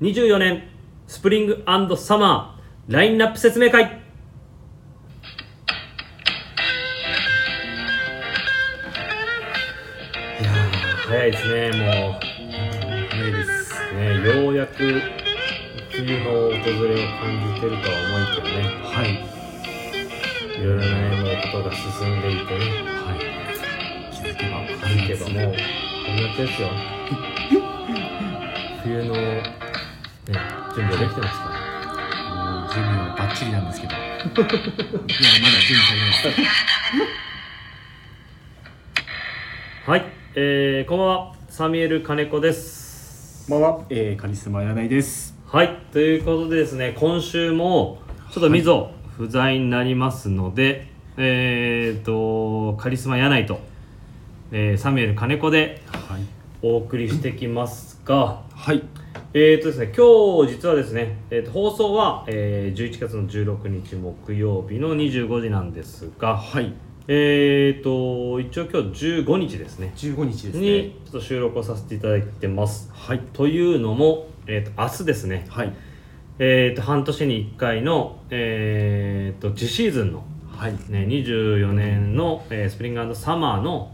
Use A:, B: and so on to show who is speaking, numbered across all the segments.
A: 2024年スプリングサマーラインナップ説明会いやー早いですねもう早いですねようやく冬の訪れを感じてるとは思いきやね
B: はい
A: いろいろな、ね、もうことが進んでいってね
B: はい気づけば
A: 気づけばもうこんなですよ冬の、ね、準備はできてます
B: も
A: か
B: う準備はバッチリなん ですけどいやまだ準備されないです
A: はい、えー、こんばんは、サミュエル金子です。
B: こんばんは、えー、カリスマ柳井です
A: はい、ということでですね、今週もちょっとみぞ不在になりますので、えーとカリスマ柳井と、えーサミュエル金子で
B: はい
A: お送りしてきますが、
B: はい
A: えーとですね、今日実はですね、えーと放送は、えー11月の16日木曜日の25時なんですが、
B: はい
A: えーと一応今日15日ですね。
B: 15日ですね
A: にちょっと収録をさせていただいてます。
B: はい
A: というのも、えー、と明日ですね、
B: はい
A: えー、と半年に1回の、えー、と次シーズンの、
B: はい
A: ね、24年の、えースプリングサマーの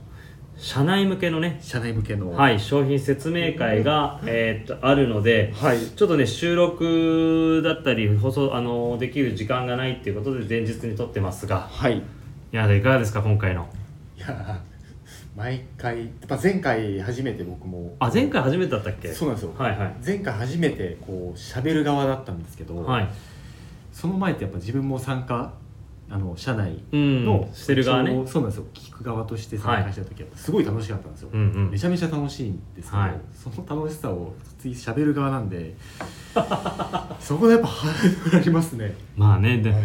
A: 社内向けのね、
B: 社内向けのい
A: はい、商品説明会が、えー、とあるので、
B: はい
A: ちょっとね収録だったり放送あのできる時間がないっていうことで前日に撮ってますが
C: はい。
A: い
C: い
A: やいかがですか今回の
C: やー、毎回、やっぱ前回初めて僕も。
A: あ前回初めてだったっけ
C: そうなんですよ。
A: はいはい
C: 前回初めて、こう、喋る側だったんですけど、
A: はい
C: その前ってやっぱ自分も参加、あの、社内
A: うん
C: の、
A: してる側ね
C: 一応そうなんですよ。聞く側として参加した時は、すごい楽しかったんですよ。
A: うんうん
C: めちゃめちゃ楽しいんですけど、
A: はい
C: その楽しさを次喋る側なんで そこでやっぱハードルありますね、
A: まあねで、
C: はい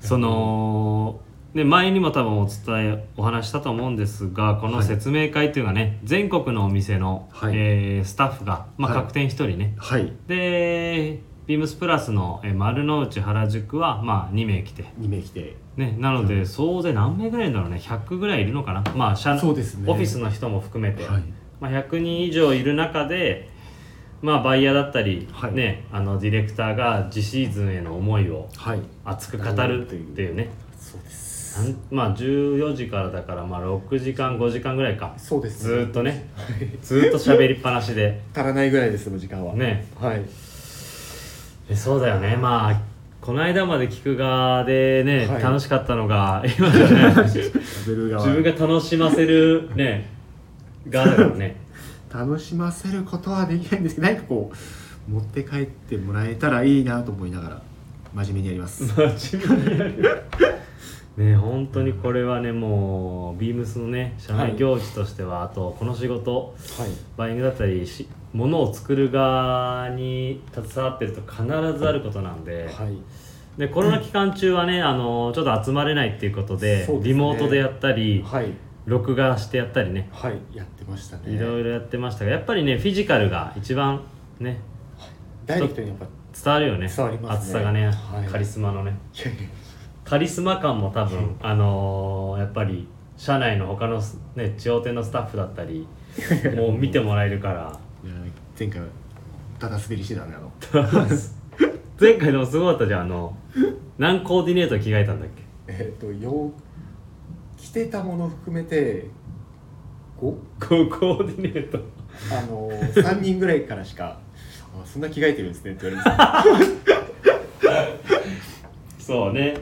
A: そのね前にも多分お伝えお話ししたと思うんですがこの
C: はい
A: 説明会っていうのはね、全国のお店の、
C: はい
A: えースタッフが、まあ、
C: はい
A: 各店1人ね、
C: はい
A: でビームスプラスの、えー丸の内原宿は、まあ、2名来て、
C: 2名来て
A: ね、なので、
C: はい
A: 総勢何名ぐらいいるんだろうね100ぐらいいるのかな、まあ社
C: そうですね
A: オフィスの人も含めて、
C: はい
A: まあ、100人以上いる中で、まあ、バイヤーだったり、
C: はい
A: ね、あのディレクターが次シーズンへの思いを
C: はい
A: 熱く語るっていうね
C: そうです
A: なんまあ14時からだからまあ6時間5時間ぐらいか
C: そうです
A: ずーっとねずーっと喋りっぱなしで
C: 足らないぐらいですもう時間は
A: ね
C: はい
A: えそうだよねまあこの間まで聞く側でね、
C: はい
A: 楽しかったの が今じゃない自
C: ブルー側
A: 分が楽しませるね側だから ね
C: 楽しませることはできないんですけど何かこう持って帰ってもらえたらいいなと思いながら真面目にやります
A: まあ自分でやるね本当にこれはねもうビームスのね社内行事としては、あとこの仕事バイングだったりし物を作る側に携わってると必ずあることなんで,、
C: はい
A: でコロナ期間中はね、あのちょっと集まれないっていうことで
C: そうですね
A: リモートでやったり、
C: はい
A: 録画してやったりね
C: はいやってましたね
A: いろいろやってましたがやっぱりねフィジカルが一番ね
C: ダイレクトにやっぱ
A: 伝わるよね
C: 伝わりますね
A: 厚さがね、
C: はい
A: カリスマのね
C: いやいや
A: カリスマ感も多分あのーやっぱり社内の他のす、ね、地方店のスタッフだった りもう見てもらえるから。
C: 前回はただ滑りしてたねあの
A: 前回でもすごかったじゃんあの何コーディネート着替えたんだっけ
C: えっとよ着てたもの含めて5
A: こうコーディネート
C: あ の3人ぐらいからしか「あそんな着替えてるんですね」って言われてた
A: そうね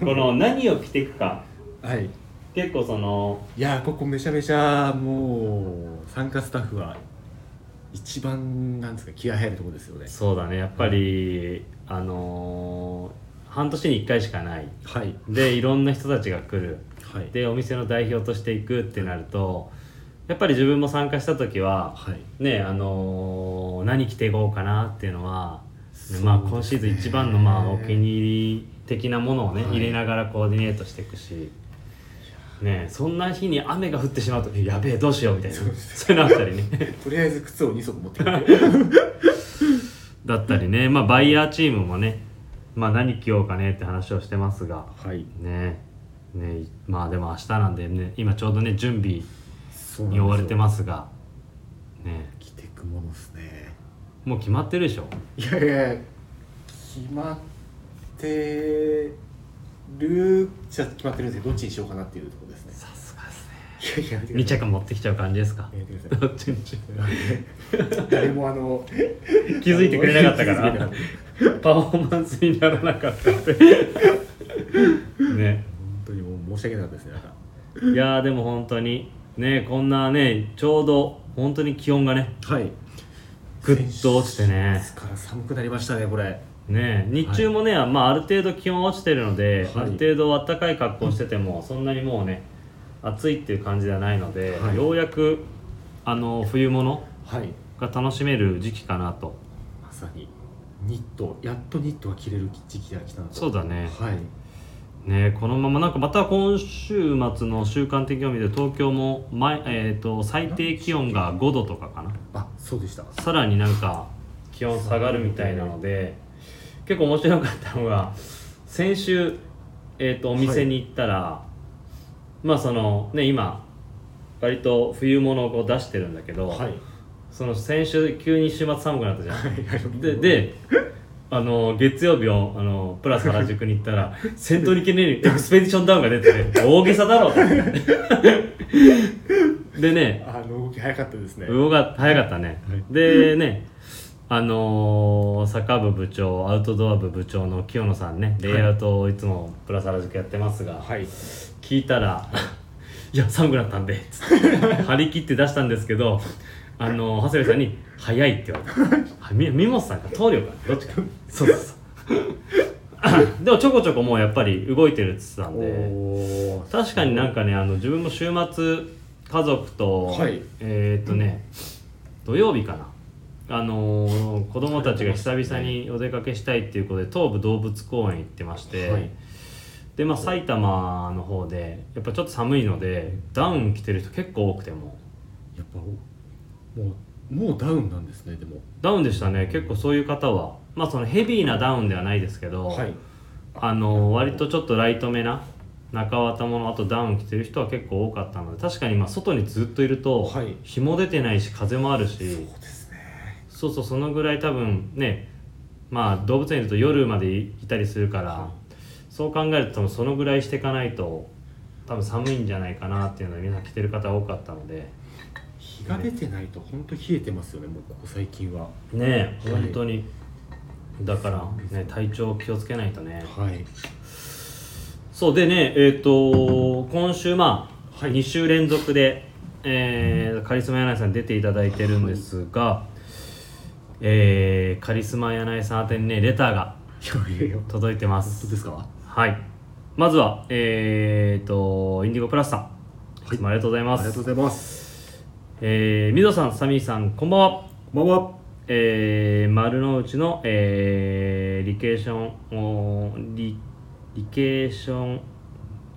A: この何を着ていくか
C: はい
A: 結構その
C: いやーここめちゃめちゃもう参加スタッフは一番なんですか気合入るところですよね
A: そうだねやっぱりあのー半年に1回しかない
C: はい
A: でいろんな人たちが来る
C: はい
A: でお店の代表としていくってなるとやっぱり自分も参加した時は
C: はい
A: ねあのー何着ていこうかなっていうのはまあ、今シーズン一番のまあお気に入り的なものをね、
C: はい
A: 入れながらコーディネートしていくし、ね、そんな日に雨が降ってしまうとえやべえどうしようみたいなそういうのあったりね
C: とりあえず靴を2足持ってきて
A: だったりね、まあ、バイヤーチームもね、まあ、何着ようかねって話をしてますが
C: はい
A: ねねまあでも明日なんで、ね、今ちょうどね準備
C: そう
A: に追われてますすがね
C: 着てくものですね
A: もう決まってるでしょ
C: いやいや決まってるじゃ決まってるんですけどどっちにしようかなっていうところですね
A: さすがですね
C: いやいや
A: 2着持ってきちゃう感じで すか
C: やめてくださ
A: どっちにし
C: い誰もあの
A: 気づいてくれなかったか
C: 気づいてくれな
A: ら
C: かっ
A: パフォーマンスにならなかった ってね
C: た本当にもう申し訳なかったですねなんか
A: いやーでも本当にねこんなねちょうど本当に気温がね
C: はい
A: ぐっと落ちてね
C: ですから寒くなりましたねこれ
A: ね日中もね、まあ、ある程度気温は落ちてるので、
C: はい
A: ある程度暖かい格好しててもそんなにもうね暑いっていう感じではないので、
C: はい
A: ようやくあの冬物
C: はい
A: が楽しめる時期かなと
C: まさにニットやっとニットが着れる時期が来たなと
A: そうだね
C: はい
A: ねこのままなんかまた今週末の週間的に見て東京も前、えー、と最低気温が5度とかかな
C: あそうでした
A: さらになんか気温下がるみたいなので結構面白かったのが先週、えー、とお店に行ったら、まあそのね今割と冬物をこう出してるんだけど、
C: はい
A: その先週急に週末寒くなったじゃん。で
C: で
A: であの月曜日をあのプラス原宿に行ったら先頭に記念にエクスペディションダウンが出てて大げさだろと思ってでね
C: あの動き早かったですね
A: 動が早かったね、
C: はい
A: でねあのー、坂部部長アウトドア部部長の清野さんねレイアウトをいつもプラス原宿やってますが、
C: はい
A: 聞いたら「いや寒くなったんで」つって張り切って出したんですけどあの長谷部さんに「早い」って言われたあみ三本さんか棟梁かどっ ちかそうそうそうでもちょこちょこもうやっぱり動いてるっつってたんで
C: おー
A: 確かになんかねあの自分も週末家族と、
C: はい
A: えーっとね土曜日かなあのー子供たちが久々にお出かけしたいっていうことで東武動物公園行ってまして、
C: はい
A: でまあ埼玉の方でやっぱちょっと寒いのでダウン着てる人結構多くても
C: やっぱおもうもうダウンなんですねでも
A: ダウンでしたね結構そういう方はまあそのヘビーなダウンではないですけど、
C: はい
A: あの割とちょっとライトめな中綿ものあとダウン着てる人は結構多かったので確かにまあ外にずっといると、
C: はい
A: 日も出てないし風もある
C: そう
A: し
C: ですね
A: そうそうそのぐらい多分ねまあ動物園いると夜までいたりするから、
C: は
A: そう考えると多分そのぐらいしていかないと多分寒いんじゃないかなっていうので皆さん着てる方多かったので
C: 日が出てないと本当冷えてますよねもうここ最近は
A: ねえ
C: はい
A: 本当に、だから、ね、体調気をつけないとね
C: はい
A: そうでねえっ、と今週まあ、
C: はい
A: 2週連続で、えーカリスマ柳井さん出ていただいてるんですが、えーカリスマ柳井さん宛てにねレターが
C: いやいや本
A: 届いてます
C: 当ですか
A: はい。まずは、えー、と、インディゴプラスさん。いつもありがとうござい
C: あ
A: ま
C: りがとう
A: す。
C: ございます
A: えー、みどさん、サミーさん、こんばんは。
C: こんばんは
A: えー、丸の内の、えー、リケーション、おーリ、リケーション、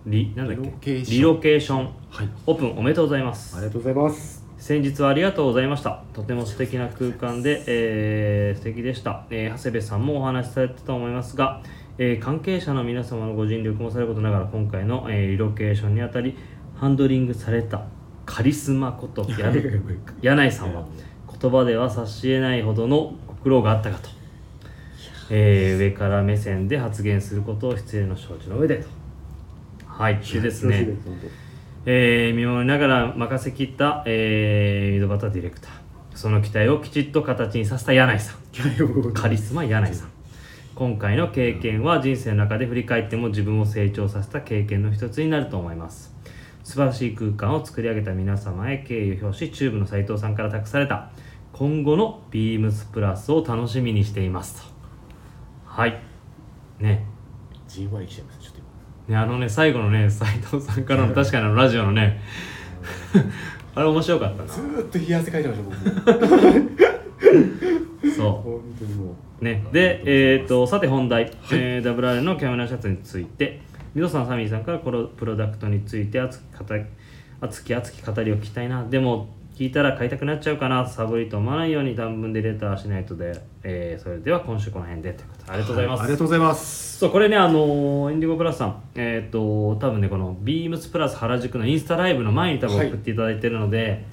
A: リ、なんだっけ
C: リロケーション
A: リロケーション、
C: はい
A: オープンおめでとうございま
C: あ
A: す
C: り。がとうございます
A: 先日はありがとうございましたとても素敵な空間で、えー素敵でした、えー長谷部さんもお話しされてたと思いますが、えー関係者の皆様のご尽力もされることながら今回の、えーリロケーションにあたりハンドリングされたカリスマこと や柳井さんは言葉では差し得ないほどのご苦労があったかと、えー上から目線で発言することを失礼の承知の上でとはい急ですね
C: よろしい本当
A: えー見守りながら任せきった、えー、井戸端ディレクターその期待をきちっと形にさせた柳井さんカリスマ柳井さん今回の経験は人生の中で振り返っても自分を成長させた経験の一つになると思います素晴らしい空間を作り上げた皆様へ敬意を表しチューブの斉藤さんから託された今後のビームスプラスを楽しみにしていますとはいね
C: GY 来ちゃいましたちょっと今
A: ね、あのね最後のね斉藤さんからの確かにあのラジオのね あれ面白かったな
C: ずーっと冷や汗かいてました僕も
A: そ
C: 本当にもう
A: うねでえっ、ー、とさて本題、えー、WR のキャメラシャツについてミドさんサミーさんからこのプロダクトについて熱く語り熱き熱き語りを聞きたいなでも聞いたら買いたくなっちゃうかなサボりと思わないように短文でレターしないとで、えー、それでは今週この辺でということでありがとうございます、
C: はありがとうございます
A: そうこれねあのーインディゴプラスさんえっ、と多分ねこのビームスプラス原宿のインスタライブの前に多分
C: はい
A: 送っていただいてるので、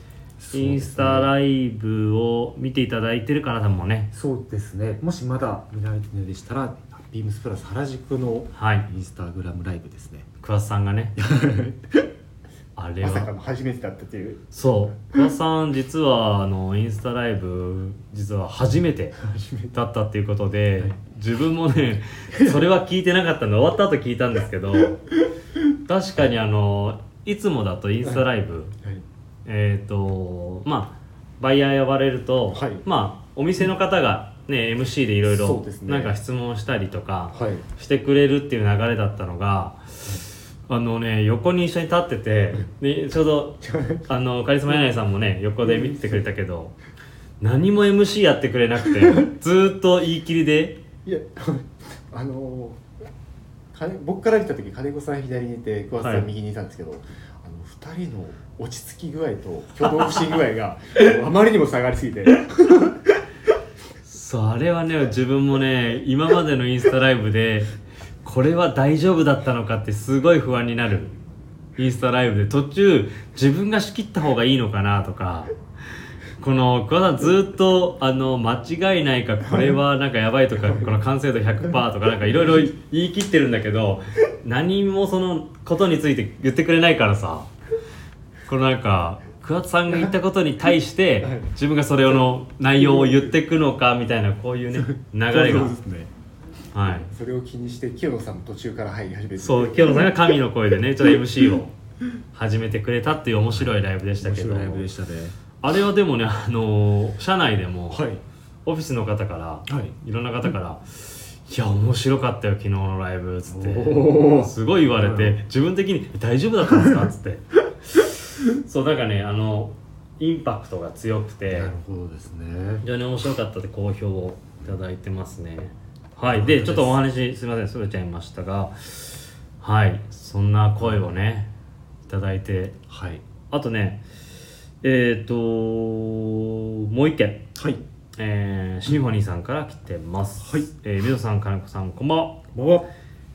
A: インスタライブを見ていただいてる方もね
C: そうですねもしまだ見られてないでしたらビームスプラス原宿の
A: はい
C: インスタグラムライブですね
A: 桑田さんが ねあれ
C: まさか
A: は
C: の初めてだったという
A: そう桑田さん実はあのインスタライブ実は初めて
C: 初めて
A: だったっていうことで、
C: はい
A: 自分も ねそれは聞いてなかったの終わった後聞いたんですけど確かにあのいつもだとインスタライブ、
C: はい
A: えっ、とまあバイヤー呼ばれると、
C: はい
A: まあお店の方がね MC でいろい
C: そ
A: ろ
C: うですね
A: なんか質問したりとか
C: はい
A: してくれるっていう流れだったのが、あのね横に一緒に立っててでちょうどあのカリスマ柳井さんもね横で見てくれたけど何も MC やってくれなくてずーっと言い切りで
C: いやあのー金僕から見た時金子さん左にいて桑田さ
A: は
C: ん
A: い
C: 右にいたんですけど、あの2人の落ち着き具合と挙動不審具合が あのあまりにも下がりすぎて
A: そうあれはね自分もね今までのインスタライブでこれは大丈夫だったのかってすごい不安になるインスタライブで途中自分が仕切った方がいいのかなとかこの桑田さんずっとあの間違いないかこれはなんかやばいとかこの完成度100%とかなんかいろいろ言い切ってるんだけど何もそのことについて言ってくれないからさこのなんか桑田さんが言ったことに対して
C: はい
A: 自分がそれをの内容を言っていくのかみたいなこういうね流れ
C: そ
A: が
C: うですね
A: はい
C: それを気にして清野さんも途中から入り始めて
A: そう清野さんが神の声でねちょっと MC を始めてくれたっていう面白いライブでした
C: 面
A: けど
C: 白いライブでしたね
A: あれはでもねあのー社内でも、
C: はい
A: オフィスの方から、
C: はい
A: いろんな方から「いや面白かったよ昨日のライブ」っつって
C: おー
A: すごい言われて、
C: う
A: 自分的に「大丈夫だったんですか?」っつって そうなんかねあのインパクトが強くて
C: なるほどですね
A: 非常に面白かったって好評をいただいてますねはいでちょっとお話すいませんそれちゃいましたがはいそんな声をねいただいて
C: はい
A: あとねえっ、ともう一件
C: はい
A: えーシンフォニーさんから来てます。
C: はい
A: えー、みぞさん、かなこさん、こんばんは。
C: まは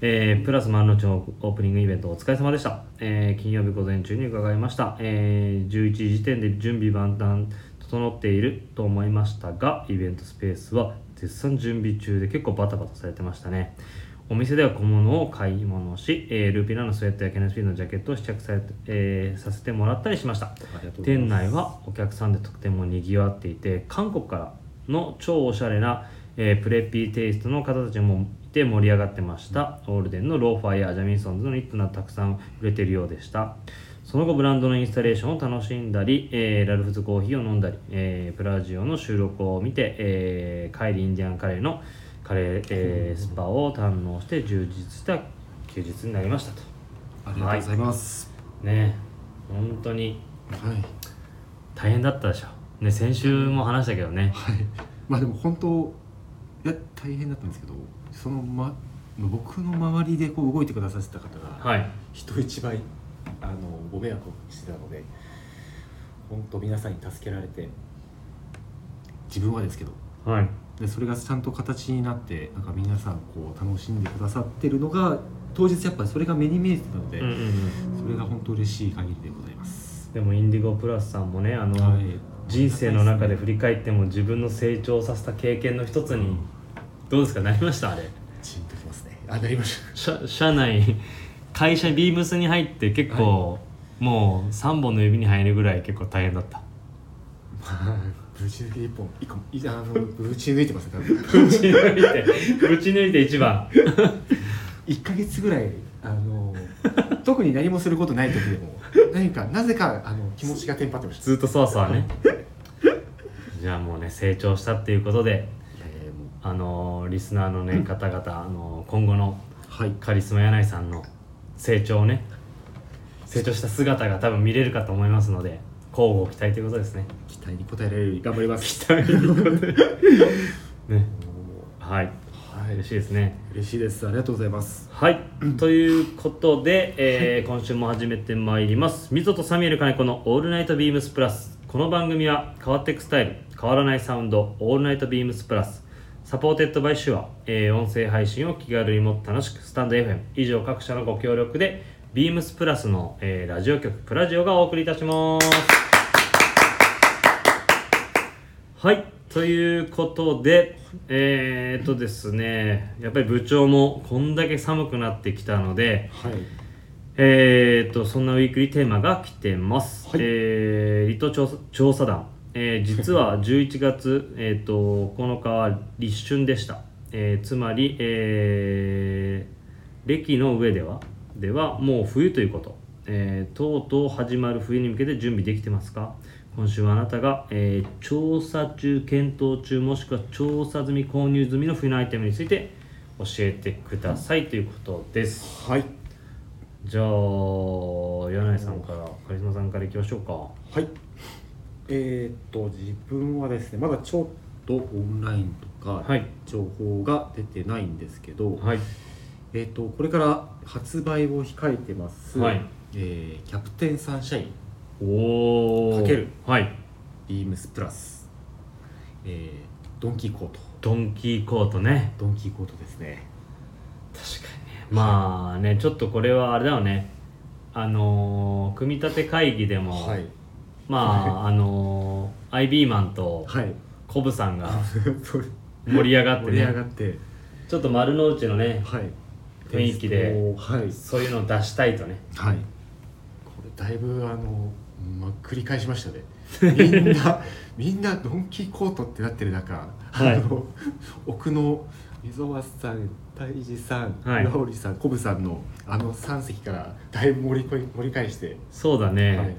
A: えープラス丸の内のオープニングイベントお疲れ様でした、えー金曜日午前中に伺いました、えー11時時点で準備万端整っていると思いましたがイベントスペースは絶賛準備中で結構バタバタされてましたねお店では小物を買い物し、えールーピナのスウェットやケナスピーのジャケットを試着されて、えーさせてもらったりしました
C: りがとうござい
A: 店
C: ます
A: 内はお客さんでとてもにぎわっていて韓国からの超おしゃれな、えープレピーテイストの方たちもいて盛り上がってました、オールデンのローファーやジャミンソンズのニットなどたくさん売れてるようでしたその後ブランドのインスタレーションを楽しんだり、えーラルフズコーヒーを飲んだり、えープラジオの収録を見て、えー帰りインディアンカレーのカレー、えースパを堪能して充実した休日になりましたと
C: ありがとうございます
A: ねえ本当に
C: はい、
A: 大変だったでしょね先週も話したけどね
C: はい、まあでも本当いや大変だったんですけどその、ま、僕の周りでこう動いてくださってた方が
A: はい
C: 人一倍あのご迷惑をしてたので本当皆さんに助けられて自分はですけど
A: はい
C: でそれがちゃんと形になってなんか皆さんこう楽しんでくださってるのが当日やっぱりそれが目に見えてたので、
A: うんうんうん
C: それが本当嬉しい限りでございます。
A: でもインディゴプラスさんもねあの、
C: はい
A: 人生の中で振り返っても自分の成長をさせた経験の一つに、どうですかなりましたあれ
C: チンときますね。あ、なりました。
A: 社社内会社ビームスに入って結構、もう3本の指に入るぐらい結構大変だった
C: まあ、ぶち抜き一本、一個、いあの、ぶち抜いてますね、多
A: ぶ
C: 分。
A: ち抜いてぶち抜いて一番
C: 一ヶ月ぐらい、あ の、特に何もすることない時で も、何か、なぜか、あの、気持ちがテンパってました。
A: ずっとそわそわねじゃあもうね成長したっていうことで
C: いやいやもう
A: あのーリスナーのね方々、あのー今後の
C: はい。
A: カリスマ柳井さんの成長をね成長した姿が多分見れるかと思いますので交互期待ということですね
C: 期待に応えられるように頑張ります。
A: 期待に応えねはい
C: は
A: 嬉
C: い、嬉
A: し
C: し
A: い
C: い。
A: ですね
C: 嬉しいです。ありがとうございます。
A: はいということで、えー今週も始めてまいりますみぞとサミュエル金子の「オールナイトビームスプラス」この番組は変わっていくスタイル変わらないサウンド「オールナイトビームスプラス」サポーテッドバイシュア、えー音声配信を気軽にもっと楽しくスタンド FM 以上各社のご協力でビームスプラスの、えーラジオ局プラジオがお送りいたしますはいということでえー、っとですねやっぱり部長もこんだけ寒くなってきたので
C: はい
A: えー、っとそんなウィークリーテーマが来てます、
C: はい
A: えー、離島調査調査団、 えー実は11月、えー、と9日は立春でした、えーつまり、えー、歴の上ではではもう冬ということ、えーとうとう始まる冬に向けて準備できてますか今週はあなたが、えー調査中検討中もしくは調査済み購入済みの冬のアイテムについて教えてくださいということです
C: はい
A: じゃあ柳井さんからカリスマさんからいきましょうか
C: はいえーっと自分はですねまだちょっとオンラインとか
A: はい
C: 情報が出てないんですけど、
A: はい
C: えーっとこれから発売を控えてます、
A: はい
C: えーキャプテンサンシャイン
A: おお
C: かける
A: はい
C: ビームスプラス、えードンキーコート
A: ドンキーコートね
C: ドンキーコートですね
A: 確かにねまあねちょっとこれはあれだよねあのー組み立て会議でも、
C: はい
A: まああのー、アイビーマンと
C: はい
A: コブさんが
C: そう
A: 盛り上がっ
C: 盛
A: て
C: り
A: ね
C: 上がって
A: ちょっと丸の内のね
C: はい
A: 雰囲気で
C: テイストをはい
A: そういうのを出したいとね
C: はいこれだいぶあの、ま、繰り返しました ねみんなみんなドンキーコートってなってる中、
A: はい
C: あの奥の溝端さん大治さん、
A: はい
C: 直里さんコブさんのあの3席からだいぶ盛りこい盛り返して、
A: そうだね、
C: はい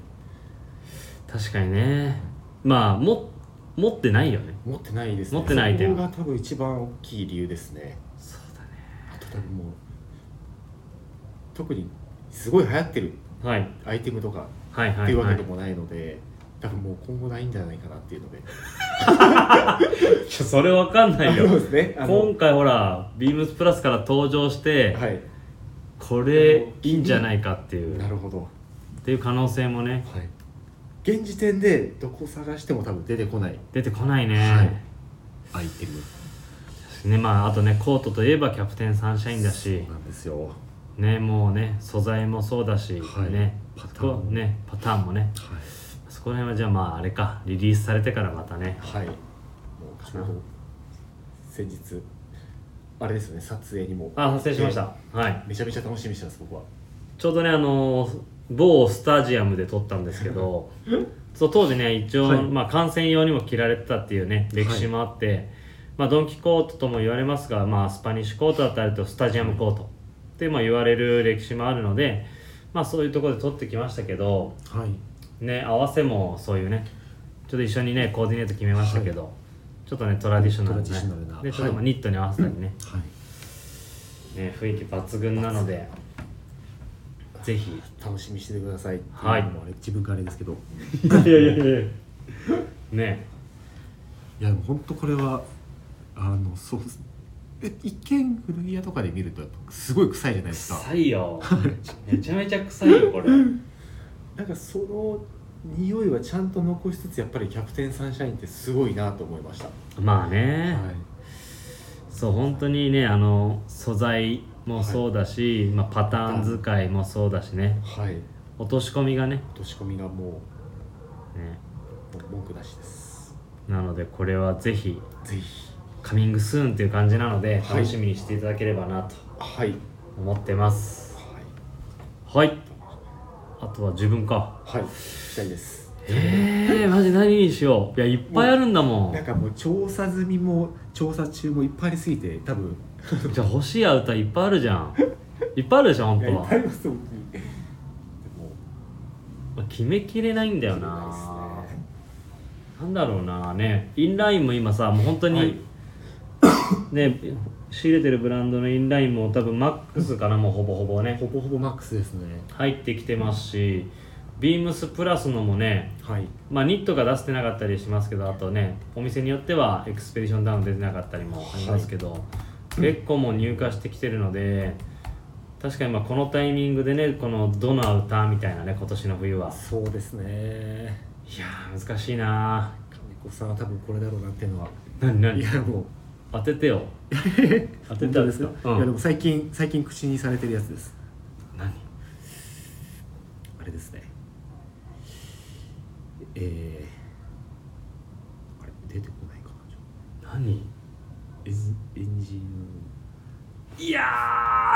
A: 確かにねまあも持ってないよね
C: 持ってないですね
A: 持ってない
C: そ
A: 点
C: こが多分一番大きい理由ですね
A: そうだね
C: あと多分もう特にすごい流行ってる
A: はい
C: アイテムとか
A: はい
C: っ
A: は
C: てい
A: いう
C: わ
A: は
C: け
A: い
C: でもないので、多分もう今後ないんじゃないかなっていうので
A: いやそれわかんない
C: そう
A: よ
C: ですねあの
A: 今回ほらビームスプラスから登場して、
C: はい
A: これいいんじゃないかっていう
C: なるほど、
A: っていう可能性もね
C: はい、現時点でどこ探しても多分出てこない
A: 出てこないね、
C: はいアイテム
A: ねまああとねコートといえばキャプテンサンシャインだし
C: そうなんですよは
A: ねもうね素材もそうだし、
C: はい
A: ね
C: パターン
A: こうねパターンもねそこら辺はじゃあまああれかリリースされてからまたね
C: いはいもうちょうど先日あれですよね撮影にも
A: あ発生しました、はい
C: めちゃめちゃ楽しみにしてます僕は
A: ちょうどねあのー某スタジアムで撮ったんですけどそう当時ね一応、
C: はい
A: まあ、観戦用にも着られてたっていうね歴史もあって、まあ、ドン・キコートとも言われますが、まあ、スパニッシュコートだったりとスタジアムコートって、まあ、言われる歴史もあるので、まあ、そういうところで撮ってきましたけど、
C: はい
A: ね、合わせもそういうねちょっと一緒にねコーディネート決めましたけど、ちょっとねトラディショナル
C: トラディショナル
A: な、
C: な
A: ね、でちょっとま
C: は
A: あ
C: い
A: ニットに合わせたりね,、
C: はい
A: ね雰囲気抜群なのでぜひ
C: 楽しみにしててくださいってうのも
A: はい
C: あれ自分からあれですけど
A: いやいや いやいやね
C: いやでも本当これはあのそうえ一見古着屋とかで見るとやっぱすごい臭いじゃないですか
A: 臭いよめちゃめちゃ臭いよこれう
C: なんかその匂いはちゃんと残しつつやっぱりキャプテンサンシャインってすごいなと思いました、
A: まあね、
C: はい
A: そう本当にねあの素材もそうだし、まあ、パターン使いもそうだしね
C: はい、
A: 落とし込みがね
C: 落とし込みがも
A: ね
C: う文句なしです
A: なのでこれはぜひ
C: ぜひ
A: カミングスーンっていう感じなので
C: はい
A: 楽しみにしていただければなと
C: はい
A: 思ってます
C: は
A: はいあとは自分か
C: いはいしたいです
A: えー、マジ何にしよういやいっぱいあるんだ もん
C: なんかもう調査済みも調査中もいっぱいありすぎて多分
A: じゃあ欲しいアウターいっぱいあるじゃんいっぱいあるでしょ本
C: いや
A: 当
C: いっ
A: は
C: ぱいあります本当にでも
A: まあ決めきれないんだよな、なんだろうなねインラインも今さもう本当に、
C: はい
A: ね仕入れてるブランドのインラインも多分マックスかなもうほぼほぼね
C: ほぼほぼマックスですね
A: 入ってきてますしビームスプラスのもね
C: はい
A: まあニットが出してなかったりしますけどあとねお店によってはエクスペディションダウン出てなかったりもありますけど、結構もう入荷してきてるので確かにまあこのタイミングでねこのどのアウターみたいなね今年の冬は
C: そうですね
A: いやー難しいな
C: 金子さんは多分これだろうなっていうのは
A: ー何
C: い
A: 何
C: やもう
A: 当ててよ当て
C: 本
A: た
C: 当
A: ん
C: で
A: ですすか
C: か、
A: うん
C: いやでも最近最近口にされてるやつです
A: 何
C: あれですねえー、あれ出てこ
A: 何
C: エンエンジン
A: いや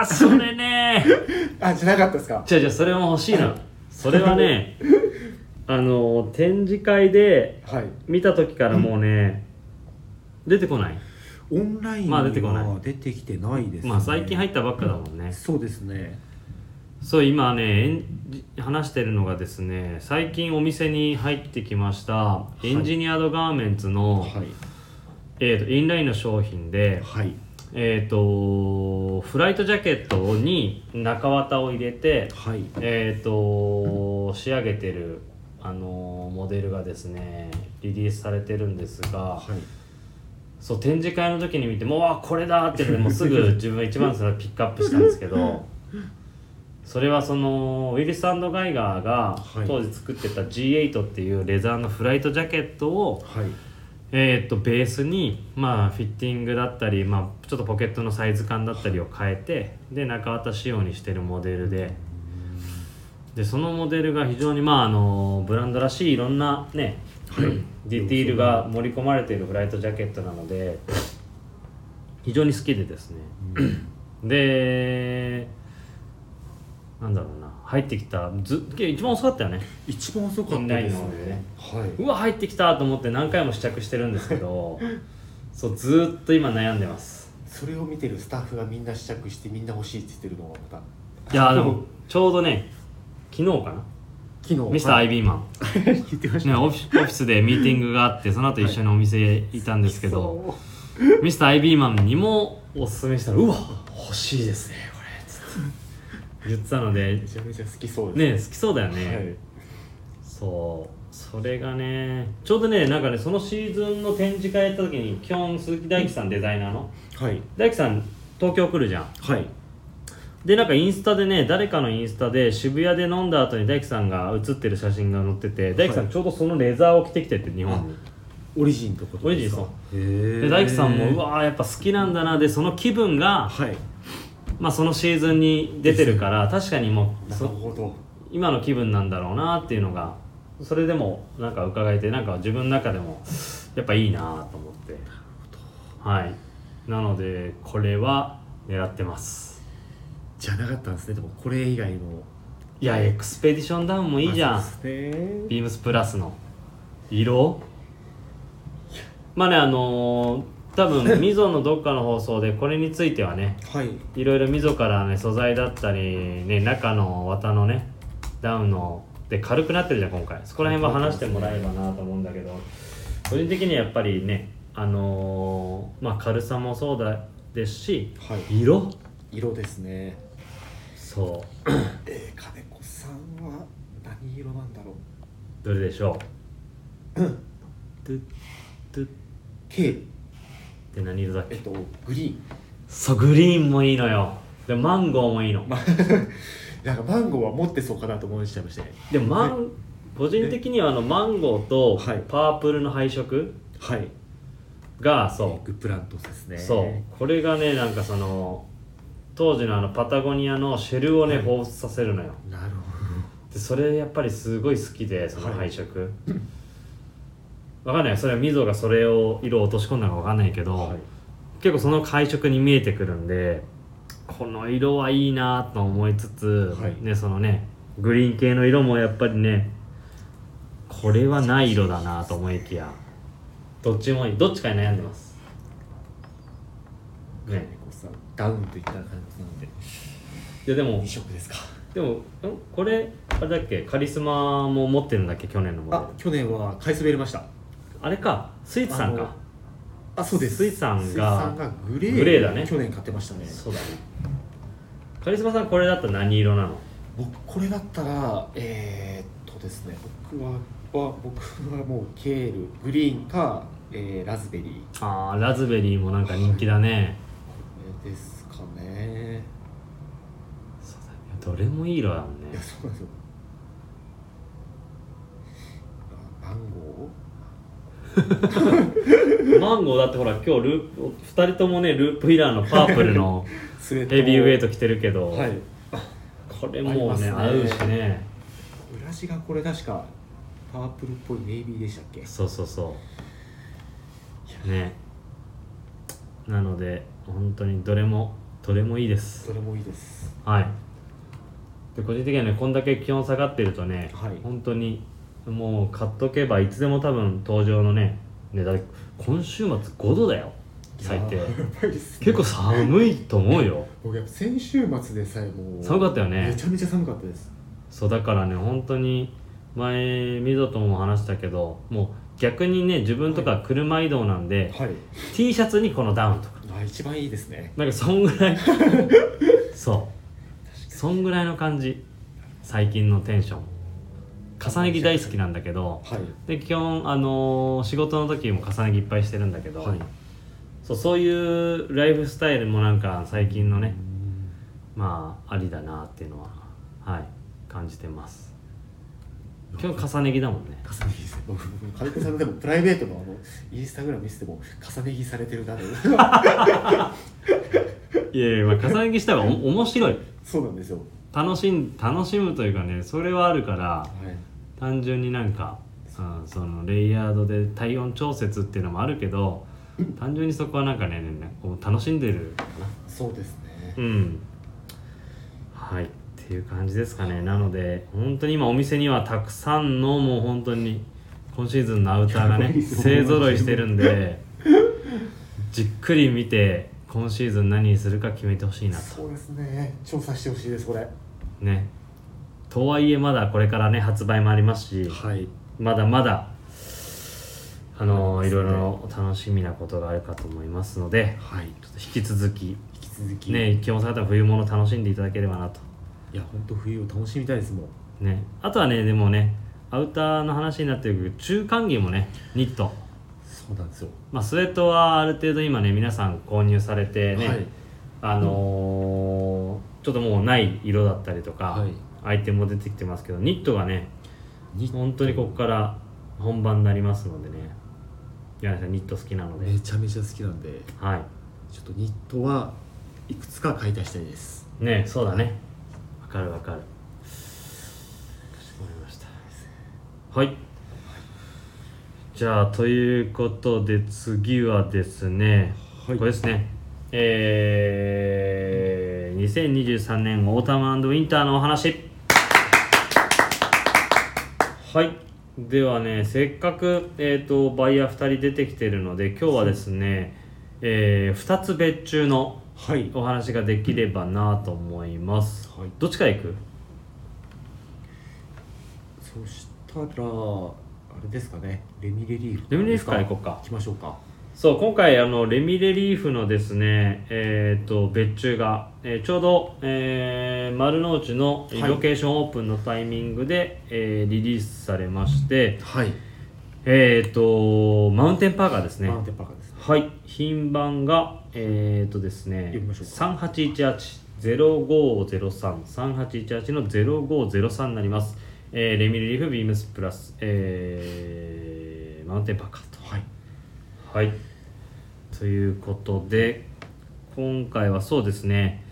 A: ーそれね
B: あじゃなかったですか
A: じゃあじゃあそれも欲しいのそれはねあの展示会で
B: はい
A: 見た時からもうね、出てこない
B: オンライン
A: まあ出てこない
B: は出てきてないですね
A: まあ最近入ったばっかだもんね、
B: そうですね
A: そう今ねエン話してるのがですね最近お店に入ってきました
B: い
A: エンジニアードガーメンツの、
B: はい
A: えー、とインラインの商品で、
B: はい
A: えー、とフライトジャケットに中綿を入れて、
B: はい
A: えー、と仕上げてる、あのーモデルがですねリリースされてるんですが、
B: はい
A: そう展示会の時に見てもうわこれだっていうので もうすぐ自分が一番それをピックアップしたんですけどそれはそのウィルスガイガーが
B: はい
A: 当時作ってた G8 っていうレザーのフライトジャケットを、
B: はい
A: えーっとベースに、まあ、フィッティングだったり、まあ、ちょっとポケットのサイズ感だったりを変えてで中綿仕様にしてるモデルで。でそのモデルが非常に、まあ、あのブランドらしいいろんな、ね、ディティールが盛り込まれているフライトジャケットなので非常に好きでですねでなんだろうな入ってきたず一番遅かったよね
B: 一番遅かったですねはいう
A: わ入ってきたと思って何回も試着してるんですけどそうずーっと今悩んでます
C: それを見てるスタッフがみんな試着してみんな欲しいって言ってるのがま
A: いやーでも ちょうどね昨日かな
C: た昨日
A: ミスター
C: は
A: ア
C: い
A: イビーマン
C: 言ってました
A: ね、オフィオフィスでミーティングがあってその後一緒にお店へいたんですけど、ミスターアイビーマンにもおすすめしたら「うわ欲しいですねこれ」つって言ってたので
C: めちゃめちゃ好きそう
A: ね
C: で
A: 好きそうだよ
C: す
A: ね、
C: はい
A: そうそれがねちょうどねなんかねそのシーズンの展示会やった時に基本鈴木大樹さんデザイナーの
C: はい
A: 大樹さん東京来るじゃん
C: はい
A: でなんかインスタでね誰かのインスタで渋谷で飲んだ後に大樹さんが写ってる写真が載ってて大樹さん
C: はい
A: ちょうどそのレザーを着てきてって日本に。
C: オリジンってことですか
A: オ
C: へー
A: で大樹さんもうわーやっぱ好きなんだなでその気分が、
C: はい
A: まあ、そのシーズンに出てるから確かにもう
C: なる
A: そ
C: ほど
A: 今の気分なんだろうなっていうのがそれでもなんか伺えてなんか自分の中でもやっぱいいなと思ってはいなのでこれは狙ってます
C: じゃなかったんですねでもこれ以外の
A: いやエクスペディションダウンもいいじゃん
C: そうですね
A: ビームスプラスの色まあねあのー多分みぞのどっかの放送でこれについてはね
B: はい
A: いろいろ溝からね素材だったり、ね、中の綿のねダウンので軽くなってるじゃん今回そこら辺は話してもらえればなと思うんだけど個人的にはやっぱりねあのーまあ軽さもそうだですし
B: はい
A: 色
C: 色ですね
A: そう
B: えー金子さんは何色なんだろう
A: どれでしょうトゥットゥッ
C: K
A: て何色だっ
C: え
A: け
C: っとグリ
A: そうグリーンもいいのよでマンゴーもいいの
C: ーン、ま、なんかマンゴーは持ってそうかなと思いちゃいましたね
A: でもマン個人的にはあのマンゴーと
C: はい
A: パープルの配色
C: はい
A: がそう
C: エッグプラントですね
A: そうこれがねなんかその当時のあのパタゴニアのシェルをね、
C: はい
A: 彷彿させるのよ
C: うなるほ
A: でそれやっぱりすごい好きでその
C: はい
A: 配色、わかんないそれはみぞがそれを色を落とし込んだのかわかんないけど、
C: どはい
A: 結構その配色に見えてくるんでこの色はいいなと思いつつ、
C: はい
A: ねそのねグリーン系の色もやっぱりねこれはない色だなと思いきやどっちもいいどっちかに悩んでます
C: 金
A: ね
C: 子さんダウンといった感じなので
A: いやでも
C: 二色ですか
A: でもんこれあれだっけカリスマも持ってるんだっけ去年のモデル
C: あ去年は買いそびれました
A: あれかスイーツさんか
C: あそうです
A: スイさんが
C: スイさんがグレー
A: グレーだね
C: 去年買ってましたね
A: そうだねカリスマさんこれだったら何色なの
C: 僕これだったらえー、っとですね僕はは僕はもうケールグリーンか、えーラズベリーこ
A: あーラズベリーもなんか人気だね
C: れですかね
A: そうだねどれもいい色だもん
C: い
A: ね
C: やそうなんですよあマンゴ
A: マンゴーだってほら今日ループ2人ともねループイラーのパープル の
C: ースウェット
A: ヘビーウェイト着てるけど、
C: はい
A: これも
C: 合
A: う
C: います
A: ね
C: ね
A: 合うしね
C: 裏地がこれ確かパープルっぽいネイビーでしたっけ
A: そうそうそうねなので本当にどれもどれもいいです
C: それもいいです
A: はいで個人的にはねこんだけ気温下がってるとね、
C: はい
A: 本当にもう買っとけばいつでも多分登場のねねだ今週末5度だよ最低
B: やばいっすね
A: 結構寒いと思うよ
B: 僕やっぱ先週末でさえもう
A: 寒かったよね
B: めちゃめちゃ寒かったです
A: そうだからね本当に前みぞとも話したけどもう逆にね自分とか車移動なんで、
B: はい
A: T シャツにこのダウンとか
C: あ一番いいですね
A: なんかそんぐ らいそうそんぐらいの感じ最近のテンション重ね着大好きなんだけど
B: はい
A: で基本、あのー仕事の時も重ね着いっぱいしてるんだけど、
B: はい
A: そうそういうライフスタイルもなんか最近のねまあありだなっていうのははい感じてます今日重ね着だもんね
B: 重ね着ですね
C: 僕金子さんのでもプライベートのあのインスタグラム見せても重ね着されてるな と
A: いやいや、まあ、重ね着した方がお面白い
C: そうなんですよ
A: 楽しん楽しむというかねそれはあるから
C: はい
A: 単純になんか、うん、そのレイヤードで体温調節っていうのもあるけど単純にそこはなんかねねねこう楽しんでる
C: そうですね
A: うんはいっていう感じですかねなので本当に今お店にはたくさんのもう本当に今シーズンのアウターがね勢ぞろいしてるんでじっくり見て今シーズン何にするか決めてほしいなと
B: そうですね
C: 調査してほしいですこれは
A: ねとはいえまだこれからね発売もありますし、
C: い
A: まだまだあの
C: ありますね
A: いろいろ楽しみなことがあるかと思いますので
C: はい
A: ちょっと引き続き
C: 引き続き
A: ね気温下がったら冬物楽しんでいただければなと
C: いや本当冬を楽しみたいですもん
A: ねあとはねでもねアウターの話になってるけど中間着もねニット
C: そうなんですよ
A: まあスウェットはある程度今ね皆さん購入されてね、
C: はい
A: あのーちょっともうない色だったりとか、
C: はい
A: アイテムも出てきてますけどニットがね
C: ニット
A: 本当にここから本番になりますのでね柳井さんニット好きなので、
C: めちゃめちゃ好きなんで
A: はい
C: ちょっとニットはいくつか解体したいです
A: ねえそうだねわかるわかるかしこまりましたはいじゃあということで次はですね、
C: はい
A: これですねえー、2023年オータムウィンターのお話はいではねせっかく、えー、とバイヤー2人出てきてるので今日はですね、え2つ別注の
C: はい
A: お話ができればなと思います、
C: はい
A: どっちから行く
C: そしたらあれですかねレミレリーフ
A: レミレリーフから行こうか
C: 行きましょうか
A: そう今回あのレミレリーフのですねえっと別注が、えーちょうど、えー丸の内の
C: はい
A: ロケーションオープンのタイミングで、えーリリースされまして
C: はい
A: えっとマウンテンパーカーですね
C: マウンテンパーカーですね
A: はい品番がえっとですね
C: 読みましょう
A: 三八一八ゼロ五ゼロ三三八一八のゼロ五ゼロ三になります。えーレミリリーフビームスプラス、えーマウンテンパーカーと。
C: はい
A: はい。ということで、今回はそうですね、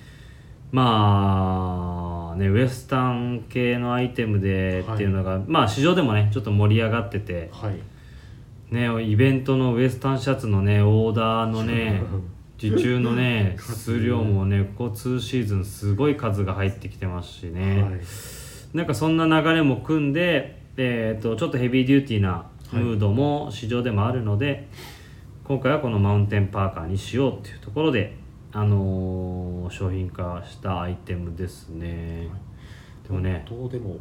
A: まあ、ね、ウエスタン系のアイテムでっていうのが、まあ、市場でもね、ちょっと盛り上がってて、
C: はい
A: ね、イベントのウエスタンシャツのね、オーダーのね、受注のね、数量もね、ここ2シーズン、すごい数が入ってきてますしね。
C: はい
A: なんかそんな流れも組んで、えー、とちょっとヘビーデューティーなムードも市場でもあるので、今回はこのマウンテンパーカーにしようっていうところで、あのー商品化したアイテムですね、でもね
C: 本当でも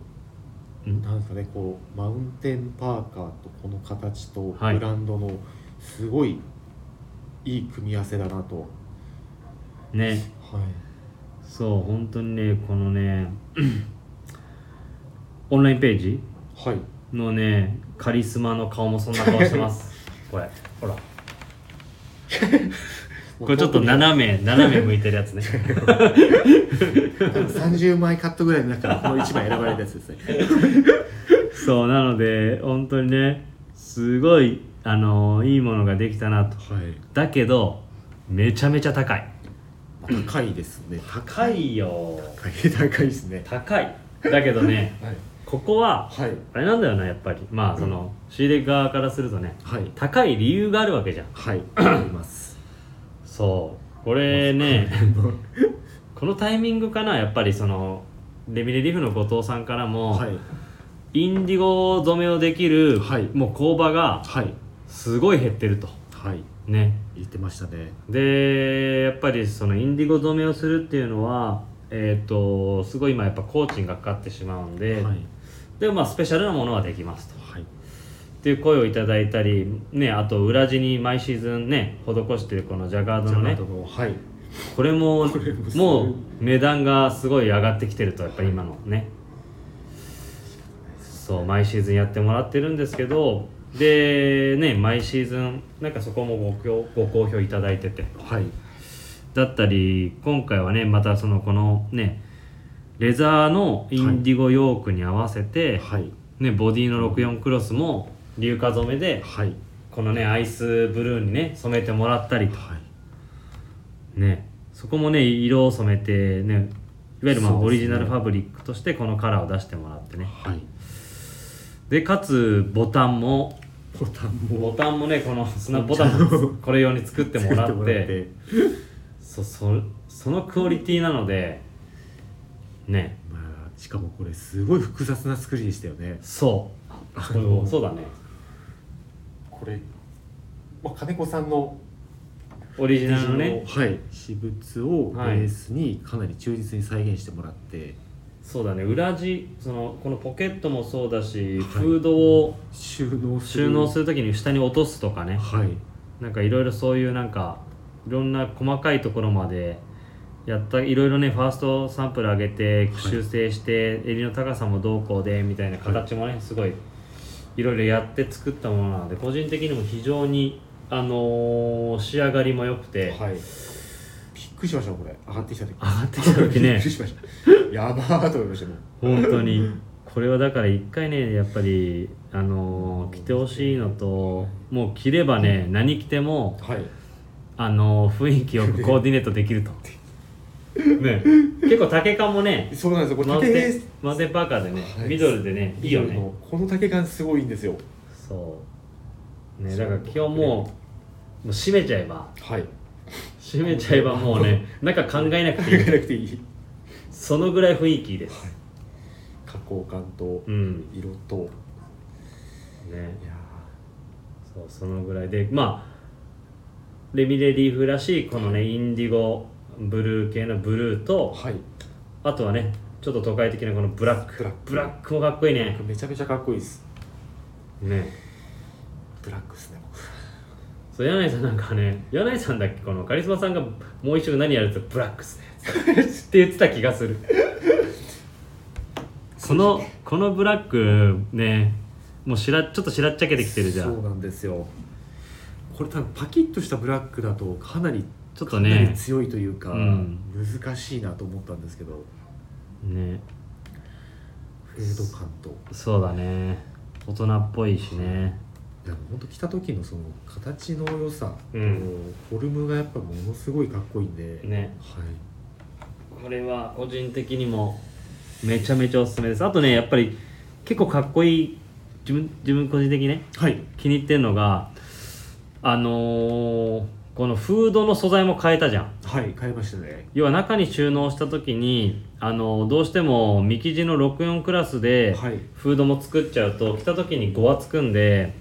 A: うん
C: なんですかねこうマウンテンパーカーとこの形とブ
A: はい
C: ランドのすごいいい組み合わせだなとは
A: ね
C: い
A: そう本当にねこのね オンラインページ
C: はい
A: のねカリスマの顔もそんな顔してます これほらこれちょっと斜 め斜め向いてるやつ ね
C: 30枚カットぐらいの中からこの1枚選ばれたやつですね
A: そうなので本当にねすごいあのいいものができたなと
C: はい
A: だけどめちゃめちゃ高い
C: まあ高いですね
A: 高いよ
C: 高い高いですね
A: 高いだけど ね
C: はい
A: ここは
C: はい
A: あれなんだよなやっぱりまあその仕入れ側からするとね
C: はい
A: 高い理由があるわけじゃん
C: はいあります
A: そうこれね このタイミングかなやっぱりそのレミレリーフの後藤さんからも、
C: はい
A: インディゴ染めをできる、
C: はい
A: もう工場が
C: はい
A: すごい減ってると
C: はい
A: ね
C: 言ってましたね
A: でやっぱりそのインディゴ染めをするっていうのはえっ、とすごい今やっぱ工賃がかかってしまうんで、
C: はい
A: でもまあスペシャルなものはできますと
C: はい
A: っていう声をいただいたりねあと裏地に毎シーズンね施してるこのジャガード
C: ジャ
A: の
C: ガ
A: ね
C: ードのはい
A: これも
C: これもすごい
A: もう値段がすごい上がってきてるとやっぱり今のねそう毎シーズンやってもらってるんですけどでね毎シーズンなんかそこもご評ご好評いただいてて
C: はい
A: だったり今回はねまたそのこのねレザーのインディゴヨークに合わせて、
C: はい
A: ね、ボディの64クロスも硫化染めで
C: はい
A: このねアイスブルーにね染めてもらったりと
C: はい
A: ねそこもね色を染めてねいわゆるまあ
C: そうですね
A: オリジナルファブリックとしてこのカラーを出してもらってね
C: はい
A: でかつボタンも
C: ボタンも
A: ボタンもねこのスナップボタンもこれ用に作ってもらってそうそそのクオリティなのでね
C: まあしかもこれすごい複雑な作りでしたよね
A: そうこれもそうだね
C: これ、まあ、金子さんの
A: オリジナルのね
C: はい、私物をベ
A: はい
C: ースにかなり忠実に再現してもらって、
A: そうだね裏地そのこのポケットもそうだし、
C: はい
A: フードを
C: 収納する
A: 収納するときに下に落とすとかね
C: はい
A: なんかいろいろそういうなんかいろんな細かいところまでやったいろいろねファーストサンプル上げて
C: はい
A: 修正して、襟の高さもどうこうでみたいな形もね、すごいいろいろやって作ったものなので個人的にも非常に、あのー仕上がりも良くて、
C: はいびっくりしましたこれ上がってきた時上
A: がってきた時ね
C: びっくりしましたやばーと思いましたも
A: 本当にこれはだから一回ねやっぱり、あのー着てほしいのともう着ればね、何着ても
C: うはい
A: あの雰囲気よ くコーディネートできるとね結構丈感もね
C: そうなんですよこれ
A: マウン
C: 竹
A: テ
C: で
A: ン
C: す
A: マウンテンパーカーでね、
C: はい
A: ミドルでねいいよね
C: この竹感すごいんですよ
A: そうねだから今日もうもう閉めちゃえば
C: はい
A: 閉めちゃえばもうね中考えなくていい
C: なくてい い
A: そのぐらい雰囲気いいです、
C: 加工感と
A: うん
C: 色と、い
A: ね
C: や
A: そうそのぐらいでまあレミレリーフらしいこのねインディゴブルー系のブルー
C: ー
A: と
C: はい
A: あとはねちょっと都会的なこのブラック
C: ブラック
A: ブラックもかっこいいね
C: めちゃめちゃかっこいいです
A: ね
C: ブラックですね僕
A: そう柳井さんなんかね柳井さんだっけこのカリスマさんがもう一緒に何やるって言ったらブラックっす ねって言ってた気がするこのこのブラックねもうしらちょっとしらっちゃけてきてるじゃ
C: そうんなんですよこれ多分パキッとしたブラックだとかなり
A: ちょっと
C: かなり
A: ね
C: 強いというか、
A: うん
C: 難しいなと思ったんですけど
A: ね
C: フェード感とい
A: そうだね大人っぽいしね
C: やほんと着た時のその形の良さと、
A: うん
C: フォルムがやっぱものすごいかっこいいんで、
A: ね
C: はい
A: これは個人的にもめちゃめちゃおすすめですあとねやっぱり結構かっこいい自分自分個人的にね
C: はい
A: 気に入ってるのがあのーこのフードの素材も変えたじゃん
C: はい買いましたね
A: 要は中に収納した時に、あのーどうしてもミキジの64クラスで
C: はい
A: フードも作っちゃうと着た時にごわつくんで、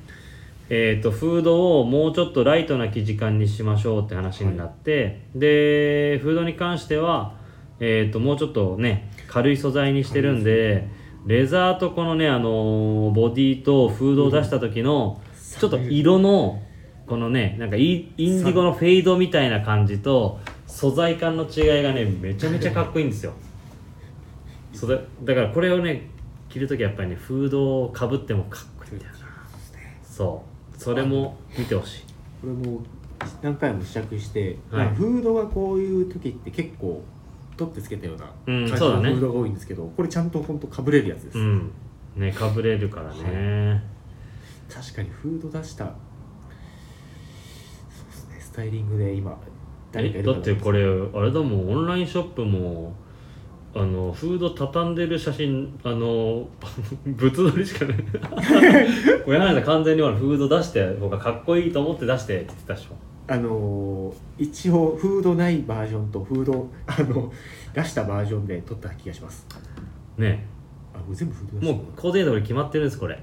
A: えー、とフードをもうちょっとライトな生地感にしましょうって話になって、でフードに関しては、えー、ともうちょっとね軽い素材にしてるんでレザーとこのね、あのーボディとフードを出した時の、ちょっと色のこのねなんかイインディゴのフェードみたいな感じと素材感の違いがねめちゃめちゃかっこいいんですよそうだだからこれをね着る時はやっぱりねフードをかぶってもかっこいいんだよなそうそれも見てほしい
C: これも何回も試着して、
A: はい
C: まあフードがこういう時って結構取ってつけたような
A: うん
C: 感じ
A: そう
C: の
A: だ
C: フ
A: ね
C: ードが多いんですけど、これちゃんと本当かぶれるやつです、
A: うんねかぶれるからね、
C: 確かにフード出したそうですねスタイリングで今誰か
A: え
C: い
A: だ
C: るか
A: ってこれあれだもんオンラインショップもあのフード畳んでる写真あの 物撮りしかない これ柳井さん完全にほらフード出して僕はかっこいいと思って出してって言ってたでしょ
C: あのー一応フードないバージョンとフード あの出したバージョンで撮った気がします
A: ね
C: あこれ全部フード出
A: も
C: し
A: う
C: たのか
A: コーディネート俺決まってるんですこれ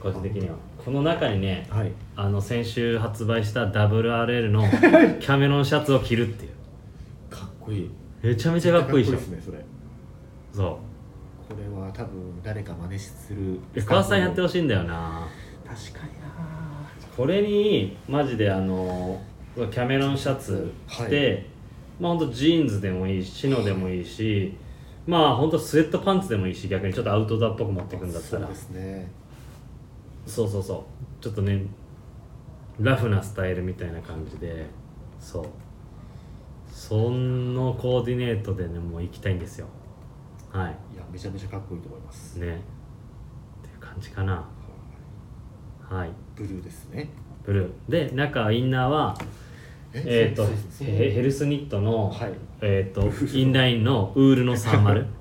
A: 個人的にはこの中にね
C: はい
A: あの先週発売した WRL のキャメロンシャツを着るっていう
C: かっこいい
A: めちゃめちゃかっこいいでしょ
C: ですねそれ
A: そ
C: これは多分誰か真似する
A: う川さんやってほ
C: し
A: し
C: い
A: いんだよな
C: 確かにな
A: これにマジであのキャメロンシャツ着て、まあほんとジーンズでもいいしシノでもいいしまあほんとスウェットパンツでもいいし逆にちょっとアウトドアっぽく持ってくんだったら
C: そうですね
A: そうそうそうちょっとねラフなスタイルみたいな感じでそうそのコーディネートでねもう行きたいんですよはい
C: やめちゃめちゃかっこいいと思います
A: いねっていう感じかなはい
C: ブルーですね
A: ブルーで中インナーはえっ、とヘヘルスニットの、
C: はい
A: えっ、とインラインのウールの30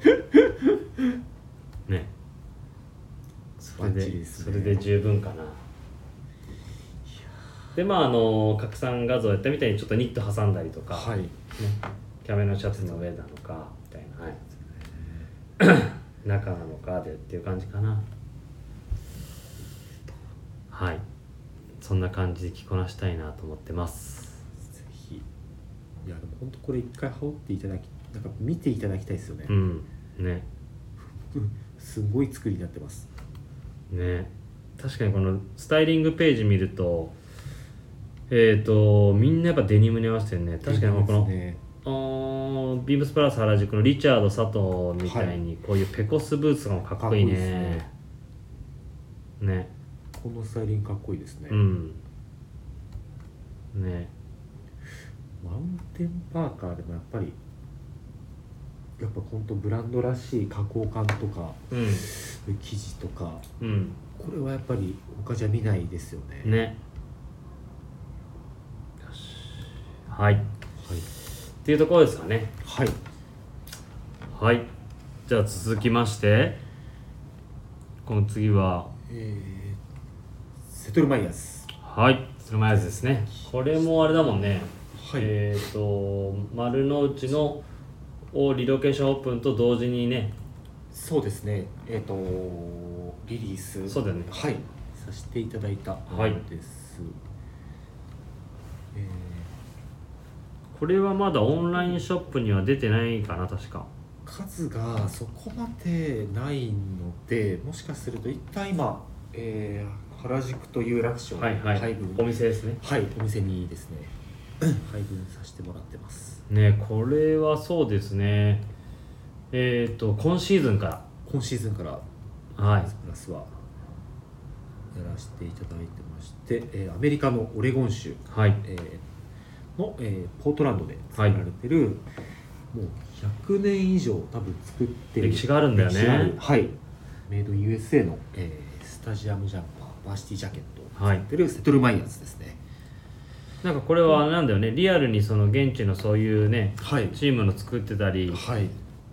A: ねそれ
C: バッ
A: で
C: チリです
A: そ
C: ね
A: れで十分かなでまああの拡散画像やったみたいにちょっとニット挟んだりとか、
C: はい
A: キャメロンシャツの上なのかみたいな、はい中なのかでっていう感じかなはいそんな感じで着こなしたいなと思ってます
C: ぜひいやでも本当これ一回羽織っていただきなんか見ていただきたいですよね、
A: うんね
C: すごい作りになってます
A: ね確かにこのスタイリングページ見るとえっ、とみんなやっぱデニムに合わせてるね確かにこの、
C: ね
A: あービームスプラス原宿のリチャード佐藤みたいにこういうペコスブーツとかもかっこいいね
C: かっこいいです
A: ね
C: このスタイリングかっこいいですね、
A: うんね
C: マウンテンパーカーでもやっぱりやっぱ本当ブランドらしい加工感とか
A: うん
C: 生地とか
A: うん
C: これはやっぱり他じゃ見ないですよね
A: ねよしはいっていうところですかね
C: はい、はい、
A: はいじゃあ続きましてこの次は
C: えー、セトルマイヤーズ
A: はい鶴舞やつですねこれもあれだもんね、
C: はい
A: えっ、と丸の内のをリロケーションオープンと同時にね
C: そうですねえっ、とリリース
A: そうだよね
C: はいさせていただいた
A: はい
C: んです、え
A: これはまだオンラインショップには出てないかな確か
C: ー数がそこまでないのでもしかすると一旦今、えー原宿と有楽町の
A: はいはい、
C: 配
A: お
C: 分
A: 店ですね
C: はいお店にですね 配分させてもらってます
A: ねこれはそうですねえっ、と今シーズンか
C: 今シーズンから
A: らはい
C: プラスはやらせていただいてまして、えーアメリカのオレゴン州、
A: はい
C: えーの、えーポートランドで作られてる、もう100年以上多分作ってる
A: 歴史があるんだよね
C: 歴史があるはいメイド USA の、えースタジアムジャンパーバーシティジャケットを
A: はい
C: 作ってるセトルマイヤーズですね
A: なんかこれはあれなんだよねリアルにその現地のそういうね
C: はい
A: チームの作ってたり、
C: はい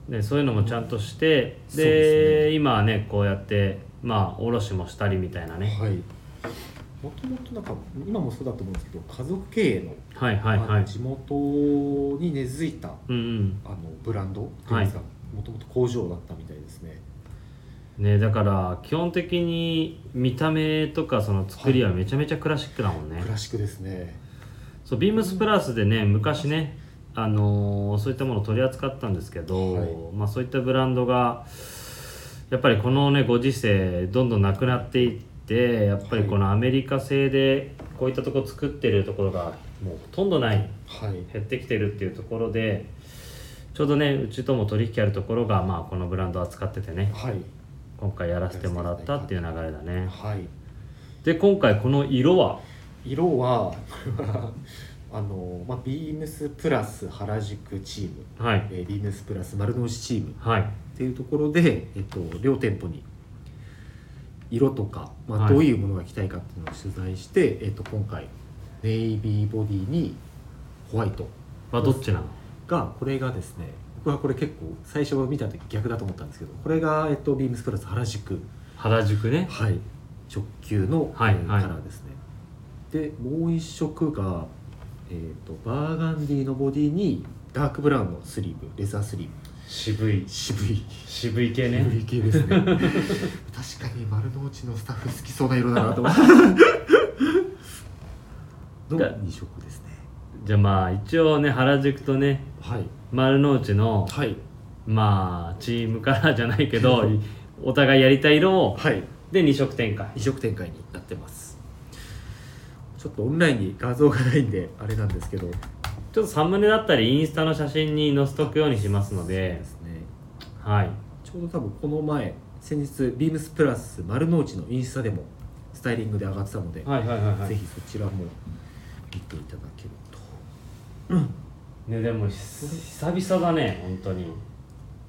A: ね、そういうのもちゃんとしてで
C: そうです
A: 今はねこうやってまあ卸しもしたりみたいなね、
C: はいもともとなんか今もそうだと思うんですけど家族経営の、
A: はい、はいはい
C: まあ地元に根付いた
A: うん
C: あのブランドっていうんですかもともと工場だったみたいですね
A: うんねだから基本的に見た目とかその作りはめちゃめちゃクラシックだもんね、
C: クラシックですね
A: そうビームスプラスでね昔ねあのーそういったものを取り扱ったんですけど、
C: はい
A: まあそういったブランドがやっぱりこのねご時世どんどんなくなっていってやっぱりこのアメリカ製でこういったとこ作ってるところがもうほとんどない
C: はい
A: 減ってきてるっていうところでちょうどねうちとも取引あるところが、まあ、このブランドを扱っててね
C: はい
A: 今回やらせてもらったっていう流れだね
C: はい
A: で今回この色は
C: 色は あの、まあ、ビームスプラス原宿チーム、
A: はい
C: えービームスプラス丸の内チームっ
A: はい
C: ていうところで、えっと、両店舗に色とか、ま
A: は
C: あ、
A: い
C: どういうものが着たいかっていうのを取材して、えっと、今回ネイビーボディにホワイト
A: はどっちなの
C: がこれがですね僕はこれ結構最初見た時逆だと思ったんですけどこれが、えっと、ビームスプラス原宿
A: 原宿ね
C: はい直球の、
A: はい
C: えー
A: はい
C: カラーですねでもう一色が、えー、とバーガンディのボディにダークブラウンのスリーブレザースリー
A: 渋い
C: ブ渋い
A: 渋い系
C: 渋
A: ね
C: い系です ね確かに丸の内のスタッフ好きそうな色だなと 思っての2色ですね
A: じゃあまあ一応ね原宿とね
C: はい
A: 丸の内の
C: はい
A: まあチームからじゃないけ どお互いやりたい色を
C: はい
A: で二色展開
C: 異色展開になってますちょっとオンラインに画像がないんであれなんですけど
A: ちょっとサムネだったりインスタの写真に載せとくようにしますので
C: ですね
A: はい
C: ちょうど多分この前先日ビームスプラス丸の内のインスタでもスタイリングで上がってたので、
A: はいはいはいは
C: ぜ
A: い
C: ひそちらも見ていただけると
A: ねでもひ久々だね本当に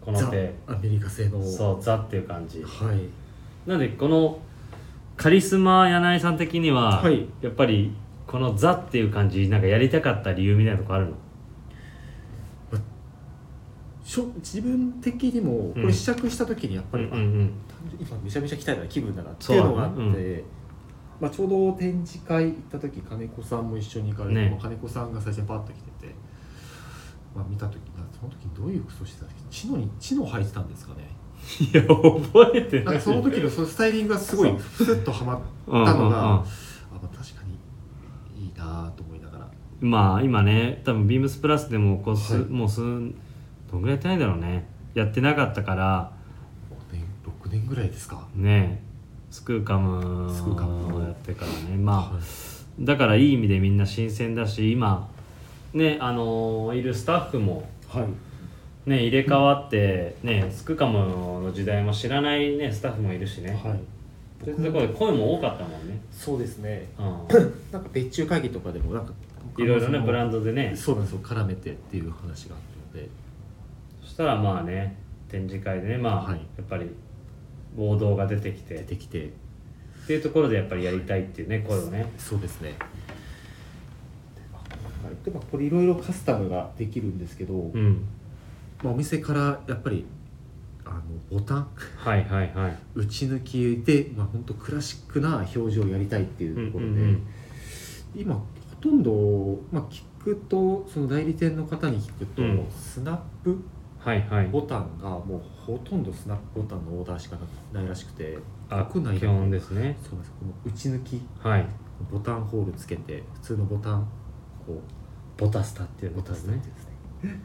A: この
C: ザ
A: 手・
C: アメリカ製の
A: そうザっていう感じ
C: はい
A: なんでこのカリスマ柳井さん的には、
C: はい
A: やっぱりこの「ザ」っていう感じなんかやりたかった理由みたいなとこあるの
C: しょ自分的にもこ
A: うん
C: れ試着した時にやっぱり、
A: うんうん
C: あ単純今めちゃめちゃ鍛えた気分だなっていうのがあって、
A: そうだね
C: まあ、ちょうど展示会行った時金子さんも一緒に行かれて、
A: ね
C: まあ金子さんが最初にパッと来てて、まあ、見た時なその時どういう服装してたんですかチノにチノ履いてたんですかね
A: いや覚えて
C: なんかその時のそのスタイリングがすごい
A: そう
C: ふっとはまっ
A: うんうん
C: た
A: う
C: のが、
A: ん
C: あまあ確かにいいなぁと思いながら
A: まあ今ね多分ビームスプラスでもこうす、
C: はい
A: もうすんどんぐらいやってないんだろうねやってなかったから
C: 5年6年ぐらいですか
A: ねスクーカム
C: スクーカム
A: をやってからねまあ
C: はい
A: だからいい意味でみんな新鮮だし今ねあのーいるスタッフも
C: はい
A: ね入れ替わってねスクーカムの時代も知らないねスタッフもいるしね、
C: はい
A: そういうところで声も多かったもんね、
C: そうですね
A: う
C: なんか別注会議とかでもなんか
A: ん、いろいろねブラ
C: ン
A: ンドでね
C: そうなんですよ絡めてっていう話があったので
A: そしたらまあね展示会でねまあ、
C: はい
A: やっぱり暴動が出てきて
C: 出
A: って
C: きて
A: ていうところでやっぱりやりたいっていうね声をね
C: そうですねでまあこれいろいろカスタムができるんですけど、
A: うん
C: まあ、お店からやっぱりあのボタン
A: はいはいはい
C: 打ち抜きで、まあ本当クラシックな表情をやりたいっていうところで、
A: うんうんうん
C: 今ほとんど、まあ、聞くとその代理店の方に聞くと、
A: うん
C: スナップ
A: はいはい
C: ボタンがもうほとんどスナップボタンのオーダーしかないらしくて
A: あ
C: 国内
A: 基
C: でも
A: 本ですね
C: そうなんですこの打ち抜き
A: はい
C: ボタンホールつけて普通のボタンこう
A: ボタスタっていう
C: ボ
A: ボ
C: タ
A: タ
C: ス
A: ス
C: タ
A: ね
C: ってですね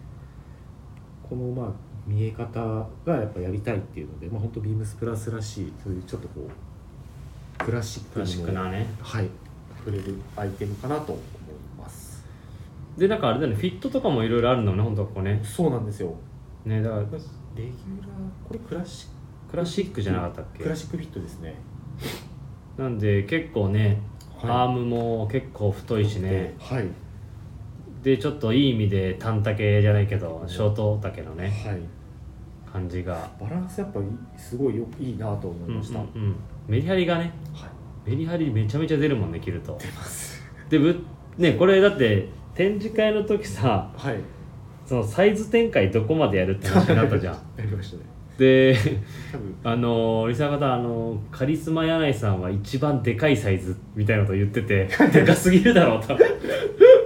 C: このまあ見え方がやっぱやりたいっていうので、まあ本当ビームスプラスらしいそういうちょっとこうクラシック
A: ク
C: の
A: ラシックなね
C: はい触れるアイテムかなと思います
A: でなんかあれだねフィットとかもいろいろあるのねほんとここね
C: そうなんですよ
A: ねだから
C: レギュラーこれクラシッ
A: クラシックじゃなかったっ
C: ククラ
A: け
C: シックフィットですね
A: なんで結構ね、ア
C: い
A: ームも結構太いしね
C: はい
A: でちょっといい意味で短丈じゃないけどショート丈のね
C: はい
A: 感じが
C: バランスやっぱりすごいよいいなと思
A: う
C: い
A: んうん
C: ました、
A: うんメリハリがね
C: はい
A: メリハリめちゃめちゃ出るもんね着ると
C: 出ます
A: でぶねこれだって展示会の時さ
C: はい
A: そのサイズ展開どこまでやる って話になったじゃん
C: なりましたね
A: で
C: 多分
A: あのーリサ方あのーカリスマ柳井さんは一番でかいサイズみたいなこと言って てでかすぎるだろうと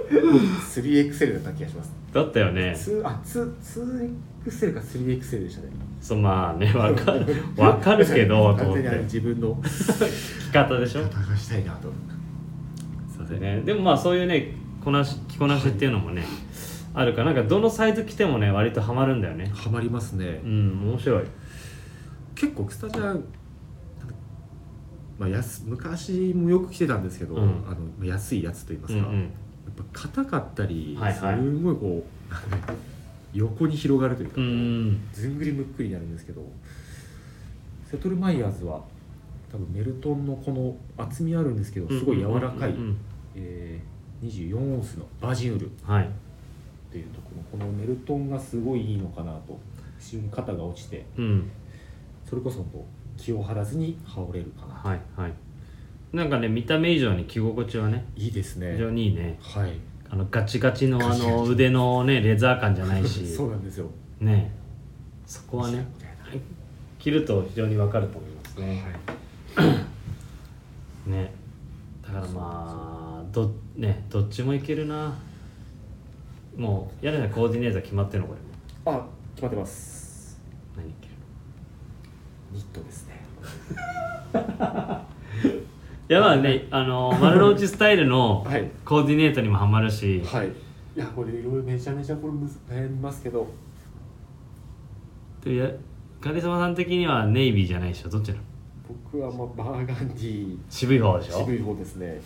C: 3XL だった気がします
A: だったよね
C: ツーあツー 2XL か 3XL でしたね
A: そうまあねわかるわかるけ どと
C: 完
A: 思っ
C: 全
A: て
C: にあれ自分の
A: 着方でしょ
C: がしたいなと
A: そうですねでもまあそういうねこなし着こなしっていうのもね、あるからなんかどのサイズ着てもね割とハマるんだよね
C: ハマりますね
A: うん面白い
C: 結構スタジャンまあ、安昔もよく着てたんですけど、
A: うん
C: あのまあ安いやつと言いま
A: う
C: す
A: んう
C: か、や
A: ん
C: っぱ硬かったり、
A: はいはい
C: すごいこうなんか横に広がるというか、
A: うんうん
C: ずんぐりむっくりになるんですけどセトルマイヤーズは多分メルトンのこの厚みあるんですけどすごい柔らかい、
A: うんうん
C: えー24オンスのバージンウールっ
A: うんはい
C: ていうところこのメルトンがすごいいいのかなと後ろに肩が落ちて
A: うん
C: それこそこう気を張らずに羽織れるかな、
A: はいはいなんかね見た目以上に着心地はね
C: い、いです
A: 非
C: ね
A: 常にいいね
C: はい
A: あのガチガチの
C: ガ
A: あ
C: チガチ
A: の腕のねレザー感じゃないし
C: そうなんですよ
A: ねそこはね着ると非常にわかると思いますね
C: はい
A: ねだからまあどねどっちもいけるなもうやるなコーディネート決まってるのこれ
C: あ決まってます
A: 何着る
C: ニットですね
A: いやまあねあの丸の内スタイルの
C: はい
A: コーディネートにもハマるし、
C: はいいやこれいろいろめちゃめちゃこれむず悩みますけど
A: でやカリスマさん的にはネイビーじゃないでしょどっちなの
C: 僕はまあバーガンディ
A: 渋い方でしょ
C: 渋い方ですね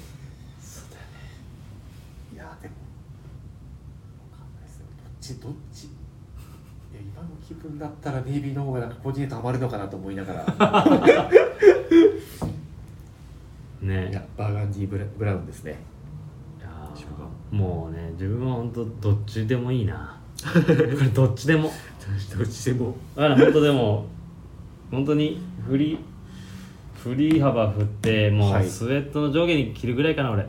C: そうだねいやでもわかんないですよどっちどっちいや今の気分だったらネイビーの方がなんかコーディネートハマるのかなと思いながら
A: ね
C: いやバーガンディブラブラウンですね
A: いやー
C: 一緒か
A: もうね自分は本当どっちでもいいなこれどっちでも
C: どっちでも
A: だから本当でも本当に振り振り幅振っても
C: は
A: う
C: い
A: スウェットの上下に着るぐらいかな俺
C: い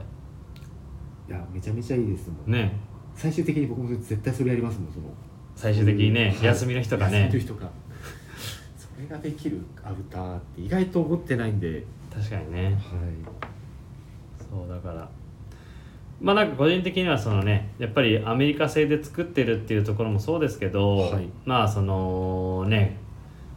C: やめちゃめちゃいいですもん
A: ね
C: 最終的に僕も絶対それやりますもんその
A: 最終的にね、
C: はい
A: 休みの日とかね
C: 休みの日とかそれができるアウターって意外と思ってないんで
A: 確かにね
C: は
A: そうだからまあなんか個人的にはそのねやっぱりアメリカ製で作ってるっていうところもそうですけど、
C: はい
A: まあそのね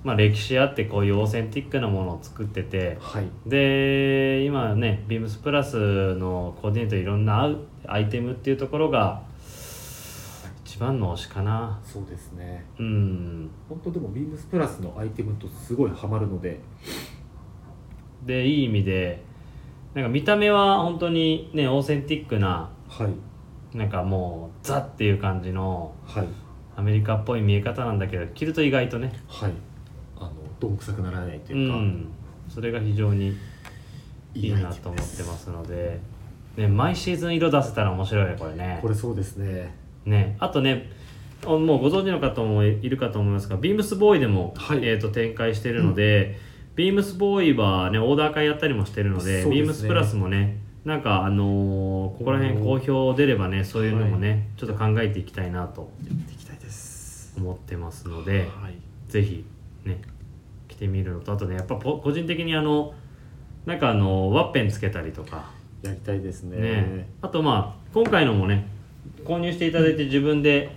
A: まあ歴史あってこういうオーセンティックなものを作ってて
C: はい
A: で今ねビームスプラスのコーディネートいろんなアウアイテムっていうところが一番の推しかな
C: そうですね
A: うん
C: 本当でもビームスプラスのアイテムとすごいハマるので
A: でいい意味でなんか見た目は本当にねオーセンティックな
C: はい
A: なんかもうザっていう感じの
C: はい
A: アメリカっぽい見え方なんだけど着ると意外とね
C: はいあのどんくさくならないと
A: う
C: いうか、
A: んそれが非常にいい
C: アイテ
A: な
C: ム
A: と思ってますすのでね毎シーズン色出せたら面白いねこれね
C: これそうですね
A: ねあとねあもうご存知の方もいるかと思いますがビームスボーイでも、
C: はい
A: えー、と展開しているので、ビームスボーイはねオーダー会やったりもしてるので
C: そうですね
A: ビームスプラスもねなんかあのーここら辺好評出ればねそういうのもね、ちょっと考えていきたいなと
C: やっていきたいです
A: 思ってますので、
C: はい
A: ぜひね来てみるのとあとねやっぱぽ個人的にあのなんかあのワッペンつけたりとか
C: やりたいですね
A: ねあとまあ今回のもね購入していただいて自分で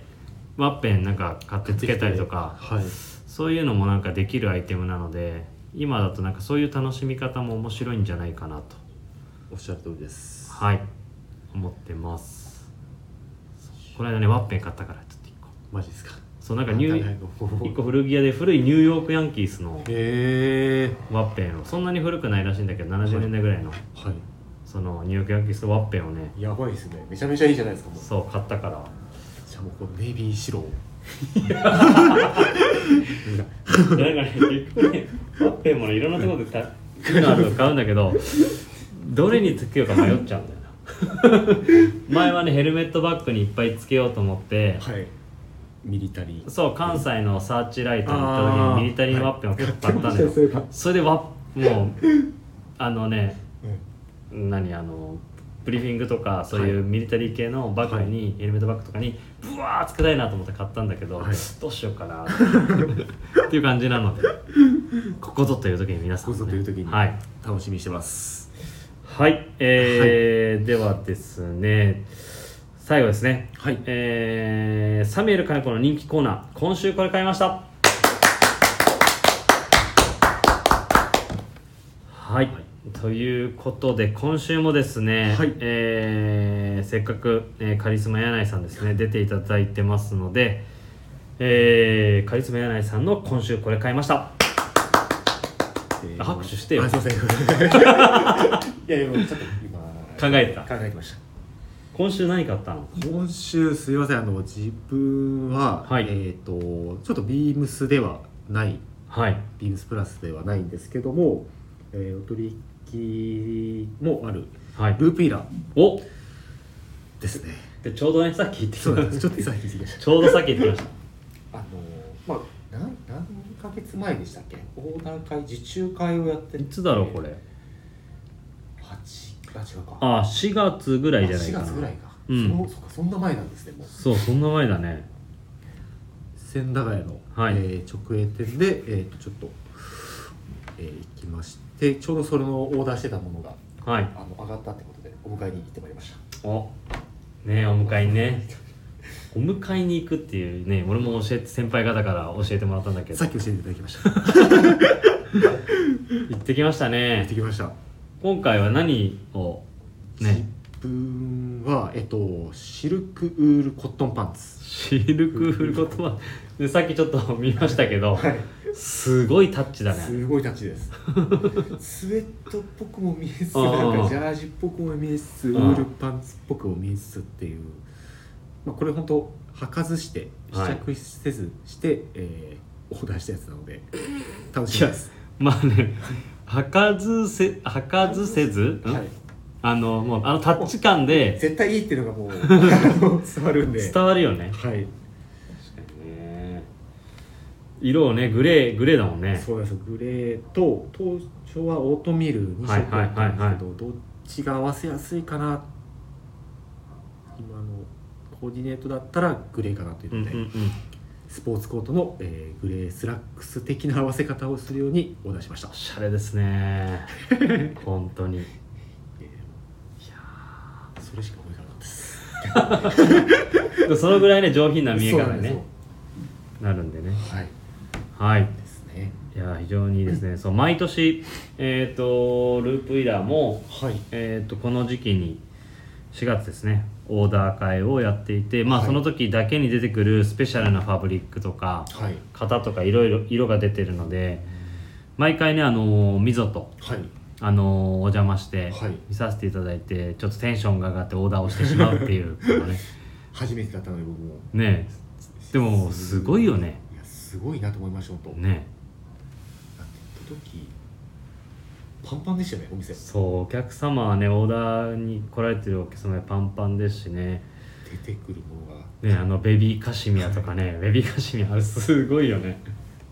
A: ワッペンなんか買ってつけたりとか
C: はい
A: そういうのもなんかできるアイテムなので今だとなんかそういう楽しみ方も面白いんじゃないかなと
C: おっしゃる通りです
A: はい思ってますこの間ねワッペン買ったからちょっと1個
C: マジですか
A: そうなんかニュー
C: ー
A: 一個古着屋で古いニューヨークヤンキースの
C: へえ
A: ワッペンをそんなに古くないらしいんだけど70年代ぐらいの
C: は
A: そのニューヨークヤンキースのワッペンをね
C: いやばいですねめちゃめちゃいいじゃないですかもう
A: そう買ったから
C: じゃあもうこのネイビー白を
A: いやなんかね結局ねワッペンもねいろんなところでたいいのあるの買うんだけどどれにつけようか迷っちゃうんだよな前はねヘルメットバッグにいっぱいつけようと思って
C: はいミリタリー
A: そう関西のサーチライトに行った時
C: あー
A: にミリタリーワッペンを結構買ったんだよ、
C: そういえば
A: それでワッもうあのね何あのブリーフィングとかそういう
C: は
A: ミリタリー系のバッグに、ヘルメットバッグとかにブワーつけたいなと思って買ったんだけど、
C: はい
A: どうしようかなっていう感じなの でここぞという時に皆さん、ね、
C: ここぞという時に
A: はい、
C: 楽しみにしてます
A: はいえーではですね最後ですね、
C: はい
A: えーサミュエル金子の人気コーナー今週これ買いましたはい、ということで今週もですね、
C: はい
A: えーせっかく、えーカリスマ柳井さんですね出ていただいてますので、えーカリスマ柳井さんの今週これ買いました
C: え
A: あ拍手してよ
C: あすいま せんいやいやもうちょっと今
A: 考えてた
C: 考えてました
A: 今週何買ったの
C: 今週すいませんあの自分は、
A: はい
C: えっ、とちょっとビームスではない
A: はい
C: ビームスプラスではないんですけども、えー、お取引もある
A: はい
C: ループイラ
A: お
C: ーですね
A: でちょうどねさっき言ってき
C: そうなんです
A: た
C: ちょっとさっき言ってきました
A: ちょうどさっき言ってきまし
C: あのまあ何何ヶ月前でしたっけオーダー会受注会をやって
A: た
C: て
A: いつだろうこれ
C: 8あ違うか
A: あ4月ぐらいじゃない
C: 4
A: かな
C: 月ぐらいか、
A: うん
C: そのそっかそんな前なんですねもう
A: そうそんな前だね
C: 千駄ヶ谷の、
A: はい
C: えー直営店で、えーとちょっと、えー行きましてちょうどそれのオーダーしてたものが
A: はい
C: あの上がったってことでお迎えに行ってまいりました
A: おねえお迎えにねお迎えに行くっていうね俺も教えて先輩方から教えてもらったんだけど
C: さっき教えていただきました 行
A: 行ってきました
C: っ
A: ね
C: てきました
A: 今回は何を
C: 自
A: ね
C: 分はえっとシルクウールコットンパンツ
A: シルクフルコットマンでさっきちょっと見ましたけど、
C: はい
A: すごいタッチだね
C: すごいタッチですスウェットっぽくも見えつつ
A: うんうん
C: な
A: うん
C: んかジャージっぽくも見えつつ
A: う
C: ウ
A: ん
C: ールパンツっぽくも見えつつっていう、まあ、これ本当履かずして
A: は
C: 試
A: い
C: 着せずして、えーオーダーしたやつなので楽し みです、
A: まあね履かずせ履かずせず、ん
C: はい、
A: あのもうあのタッチ感で
C: 絶対いいっていうのが もうあの伝わるんで
A: 伝わるよね
C: はい、
A: 確かにね色をねグレーグレーだもんね
C: そうですグレーと当初はオートミール2色だったんですけど、
A: はいはいはい
C: どっちが合わせやすいかな今のコーディネートだったらグレーかなという
A: うん
C: の
A: うん
C: で、
A: うん
C: スポーツコートの、えーグレースラックス的な合わせ方をするようにオーダーしました
A: お、しゃれです ね本当に
C: えーいやーそれしか思い浮かばなかったです
A: でそのぐらいね上品な見え
C: そう
A: 方
C: なん
A: にね
C: ですよ
A: なるんでね
C: はい
A: はい
C: ですね
A: いや非常にいいですねそう毎年えっ、とループイラーも
C: はい
A: えー、とこの時期に4月ですねオーダー会をやっていて、まあ、
C: はい
A: その時だけに出てくるスペシャルなファブリックとか
C: はい
A: 型とかいろいろ色が出てるので毎回ねあのーみぞと、
C: はい
A: あのーお邪魔して
C: はい
A: 見させていただいてちょっとテンションが上がってオーダーをしてしまうっていうこのね
C: 初めてだったので僕も
A: ねえでもすごいよね
C: いやすごいなと思いました本当
A: ね
C: だって行った時パンパンでしたよねお店
A: え
C: 出
A: そうお客様はねオーダーに来られてるお客様がパンパンですしね
C: てくるものが
A: ねあのベビーカシミヤとか ねベビーカシミヤあれすごいよね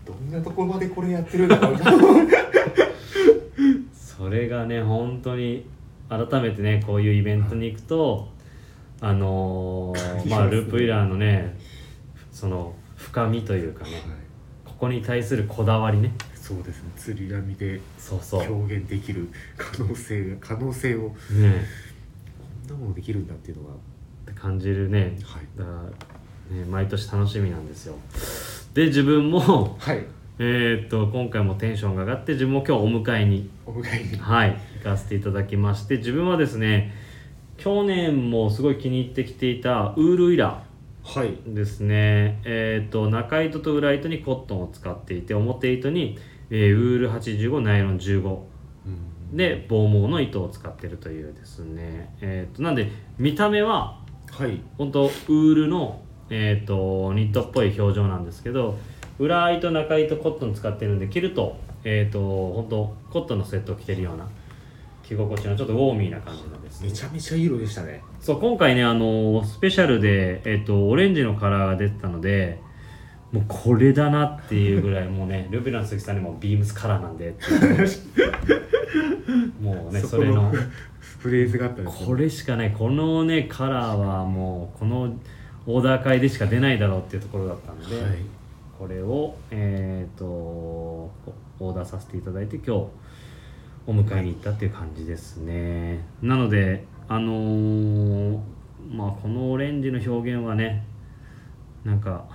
C: どんなところまでこれやってるんだろうなは
A: それがね本当に改めてねこういうイベントに行くと、あのーまあ
C: 感じますね
A: ループイラーのねその深みというかね
C: い
A: ここに対するこだわりね
C: そうですね釣り網で
A: そうそうね
C: 表現できる可能性が可能性をこんなものできるんだっていうの
A: っ
C: が
A: て感じるね
C: はい
A: だからね毎年楽しみなんですよで自分も
C: はい
A: えーっと今回もテンションが上がって自分も今日お迎えに
C: お迎えに
A: はい、行かせていただきまして自分はですね去年もすごい気に入ってきていたウールイラ
C: はい
A: ーですねえっ、と中糸と裏糸にコットンを使っていて表糸に、えーウール85ナイロン15
C: うん
A: で防毛の糸を使ってるというですねえっ、となんで見た目は
C: はい
A: 本当ウールのえっ、とニットっぽい表情なんですけど裏糸中糸コットン使ってるんで着るとえっ、と本当コットンのセットを着てるような着心地のちょっとウォーミーな感じなんですね
C: めちゃめちゃいい色でしたね
A: そう今回ねあのスペシャルでえっ、とオレンジのカラーが出てたのでもうこれだなっていうぐら いもうねルビラの鈴木さんにもビームスカラーなんでっていうもうねそ
C: こ
A: れの
C: フレーズがあったんですよ
A: これしかないこのねカラーはもうこのオーダー会でしか出ないだろうっていうところだったんで、
C: はい
A: これをえっ、とオーダーさせていただいて今日お迎えに行ったっていう感じですねなのであのーまあこのオレンジの表現はねなんか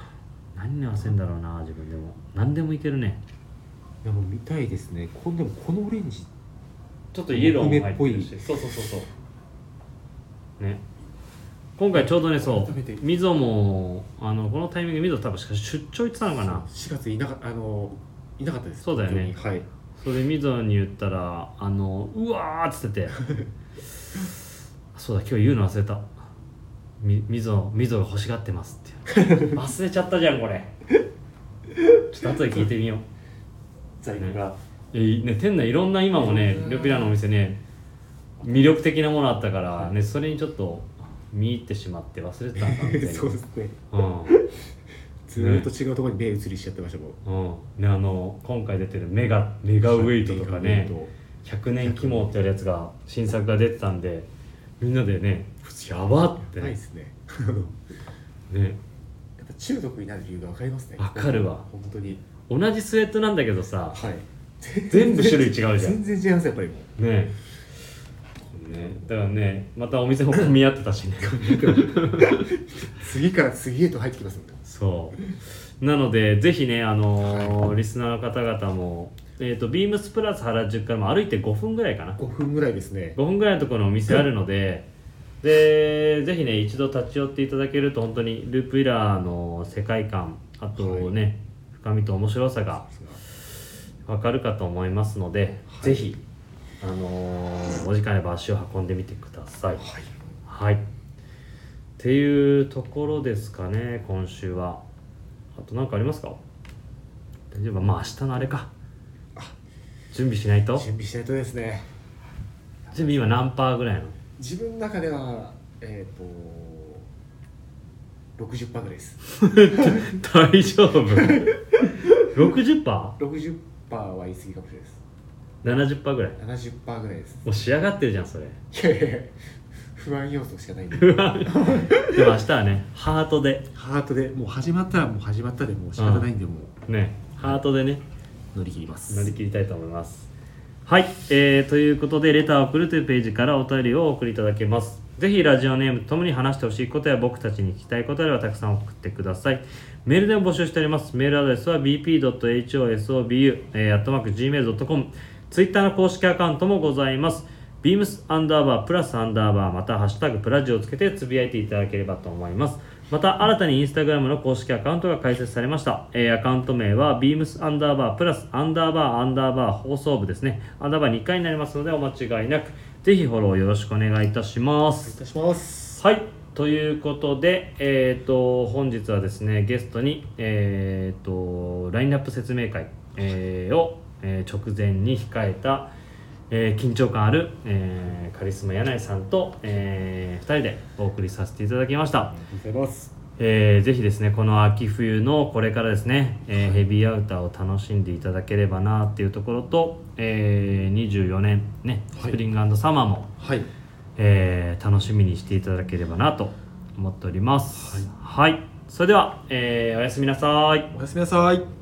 A: 何に合わせんだろうな自分でも何でもいけるね
C: いやもう見たいですねこでもこのオレンジ
A: ちょっとイエローも入
C: 梅っ
A: って
C: ぽい
A: るしそうそうそうそうね今回ちょうどねそ
C: 改めて
A: うみぞもあのこのタイミングでみぞ多分しか出張行ってたのかな
C: 4月いなかあのいなかったです
A: そうだよね
C: 東京にはい
A: それでみぞに言ったらあのうわーっつっててそうだ今日言うの忘れたみみぞみぞが欲しがってますって忘れちゃったじゃんこれちょっと後で聞いてみよう
C: 在庫が
A: えーね、店内いろんな今もねルピラのお店ね魅力的なものあったから、ね、それにちょっと見入ってしまって忘れてたんだみたいな
C: そうですね
A: う
C: ずーっと違うところに目移りしちゃってましたもん
A: ん、うんね、あの今回出てるメガメガウェイトとかね
C: メガウェイ
A: 100年起毛ってやるやつが新作が出てたんでみんなでね「やば!」っ
C: ト
A: て
C: やばいで
A: ね
C: すねあの
A: ね
C: やっぱ中毒になる理由が分かりますね
A: わかるわ
C: 本当に
A: 同じスウェットなんだけどさ
C: はい
A: 全部種類違うじゃん
C: 全然違いますやっぱりもう
A: ね
C: ね
B: ね
A: だからねまたお店も混み合ってたし ね
D: 次から次へと入ってきますもんね
A: そうなのでぜひねあのーリスナーの方々もえっ、とビームスプラス原宿からも歩いて5分ぐらいかな
D: 5分ぐらいですね
A: 5分ぐらいのところのお店あるので、でぜひね一度立ち寄っていただけると本当にループイラーの世界観あとね、深みと面白さがわかるかと思いますので、ぜひあのーお時間あれば足を運んでみてくださいはい、っていうところですかね今週はあと何かありますか大丈夫まあ明日のあれか準備しないと
D: 準備しないとですね
A: 準備今何パーぐらいなの
D: 自分の中ではえっ、と60%ぐらいです
A: 大丈夫
D: 60%
A: 60%?70%
D: は言い過ぎかもしれ
A: ぐらい
D: ないです70%ぐらいです
A: もう仕上がってるじゃんそれ
D: いやいやいや不安要素しかないんで
A: でも明日はねハートで
C: ハートでもう始まったらもう始まったでもう仕方ないんでも
A: ねハートでね
C: う乗り切ります
A: 乗り切りたいと思いますはい、えー、ということで「レターを送る」というページからお便りをお送りいただけますぜひラジオネームとともに話してほしいことや僕たちに聞きたいことあればたくさん送ってくださいメールでも募集しておりますメールアドレスは bp.hosobu、えー、gmail.com ツイッターの公式アカウントもございます beams アンダーバープラスアンダーバーまたハッシュタグプラジをつけてつぶやいていただければと思いますまた新たにインスタグラムの公式アカウントが開設されました、えーアカウント名は beams アンダーバープラスアンダーバーアンダーバー放送部ですねアンダーバー2回になりますのでお間違いなくぜひフォローよろしくお願いいたしま
D: お
A: す
D: 願いします
A: はいということで、えー、と本日はですねゲストに、えー、とラインナップ説明会、えーを、えー直前に控えた、えー緊張感ある、えーカリスマ柳井さんと、え2人でお送りさせていただきました。
D: ありがとうございます
A: えーぜひですねこの秋冬のこれからですね、えーヘビーアウターを楽しんでいただければなっていうところと、えー24年ねスプリングサマーも、
C: はい
A: えー楽しみにしていただければなと思っておりますはい、それでは、えーおやすみなさい
C: おやすみなさい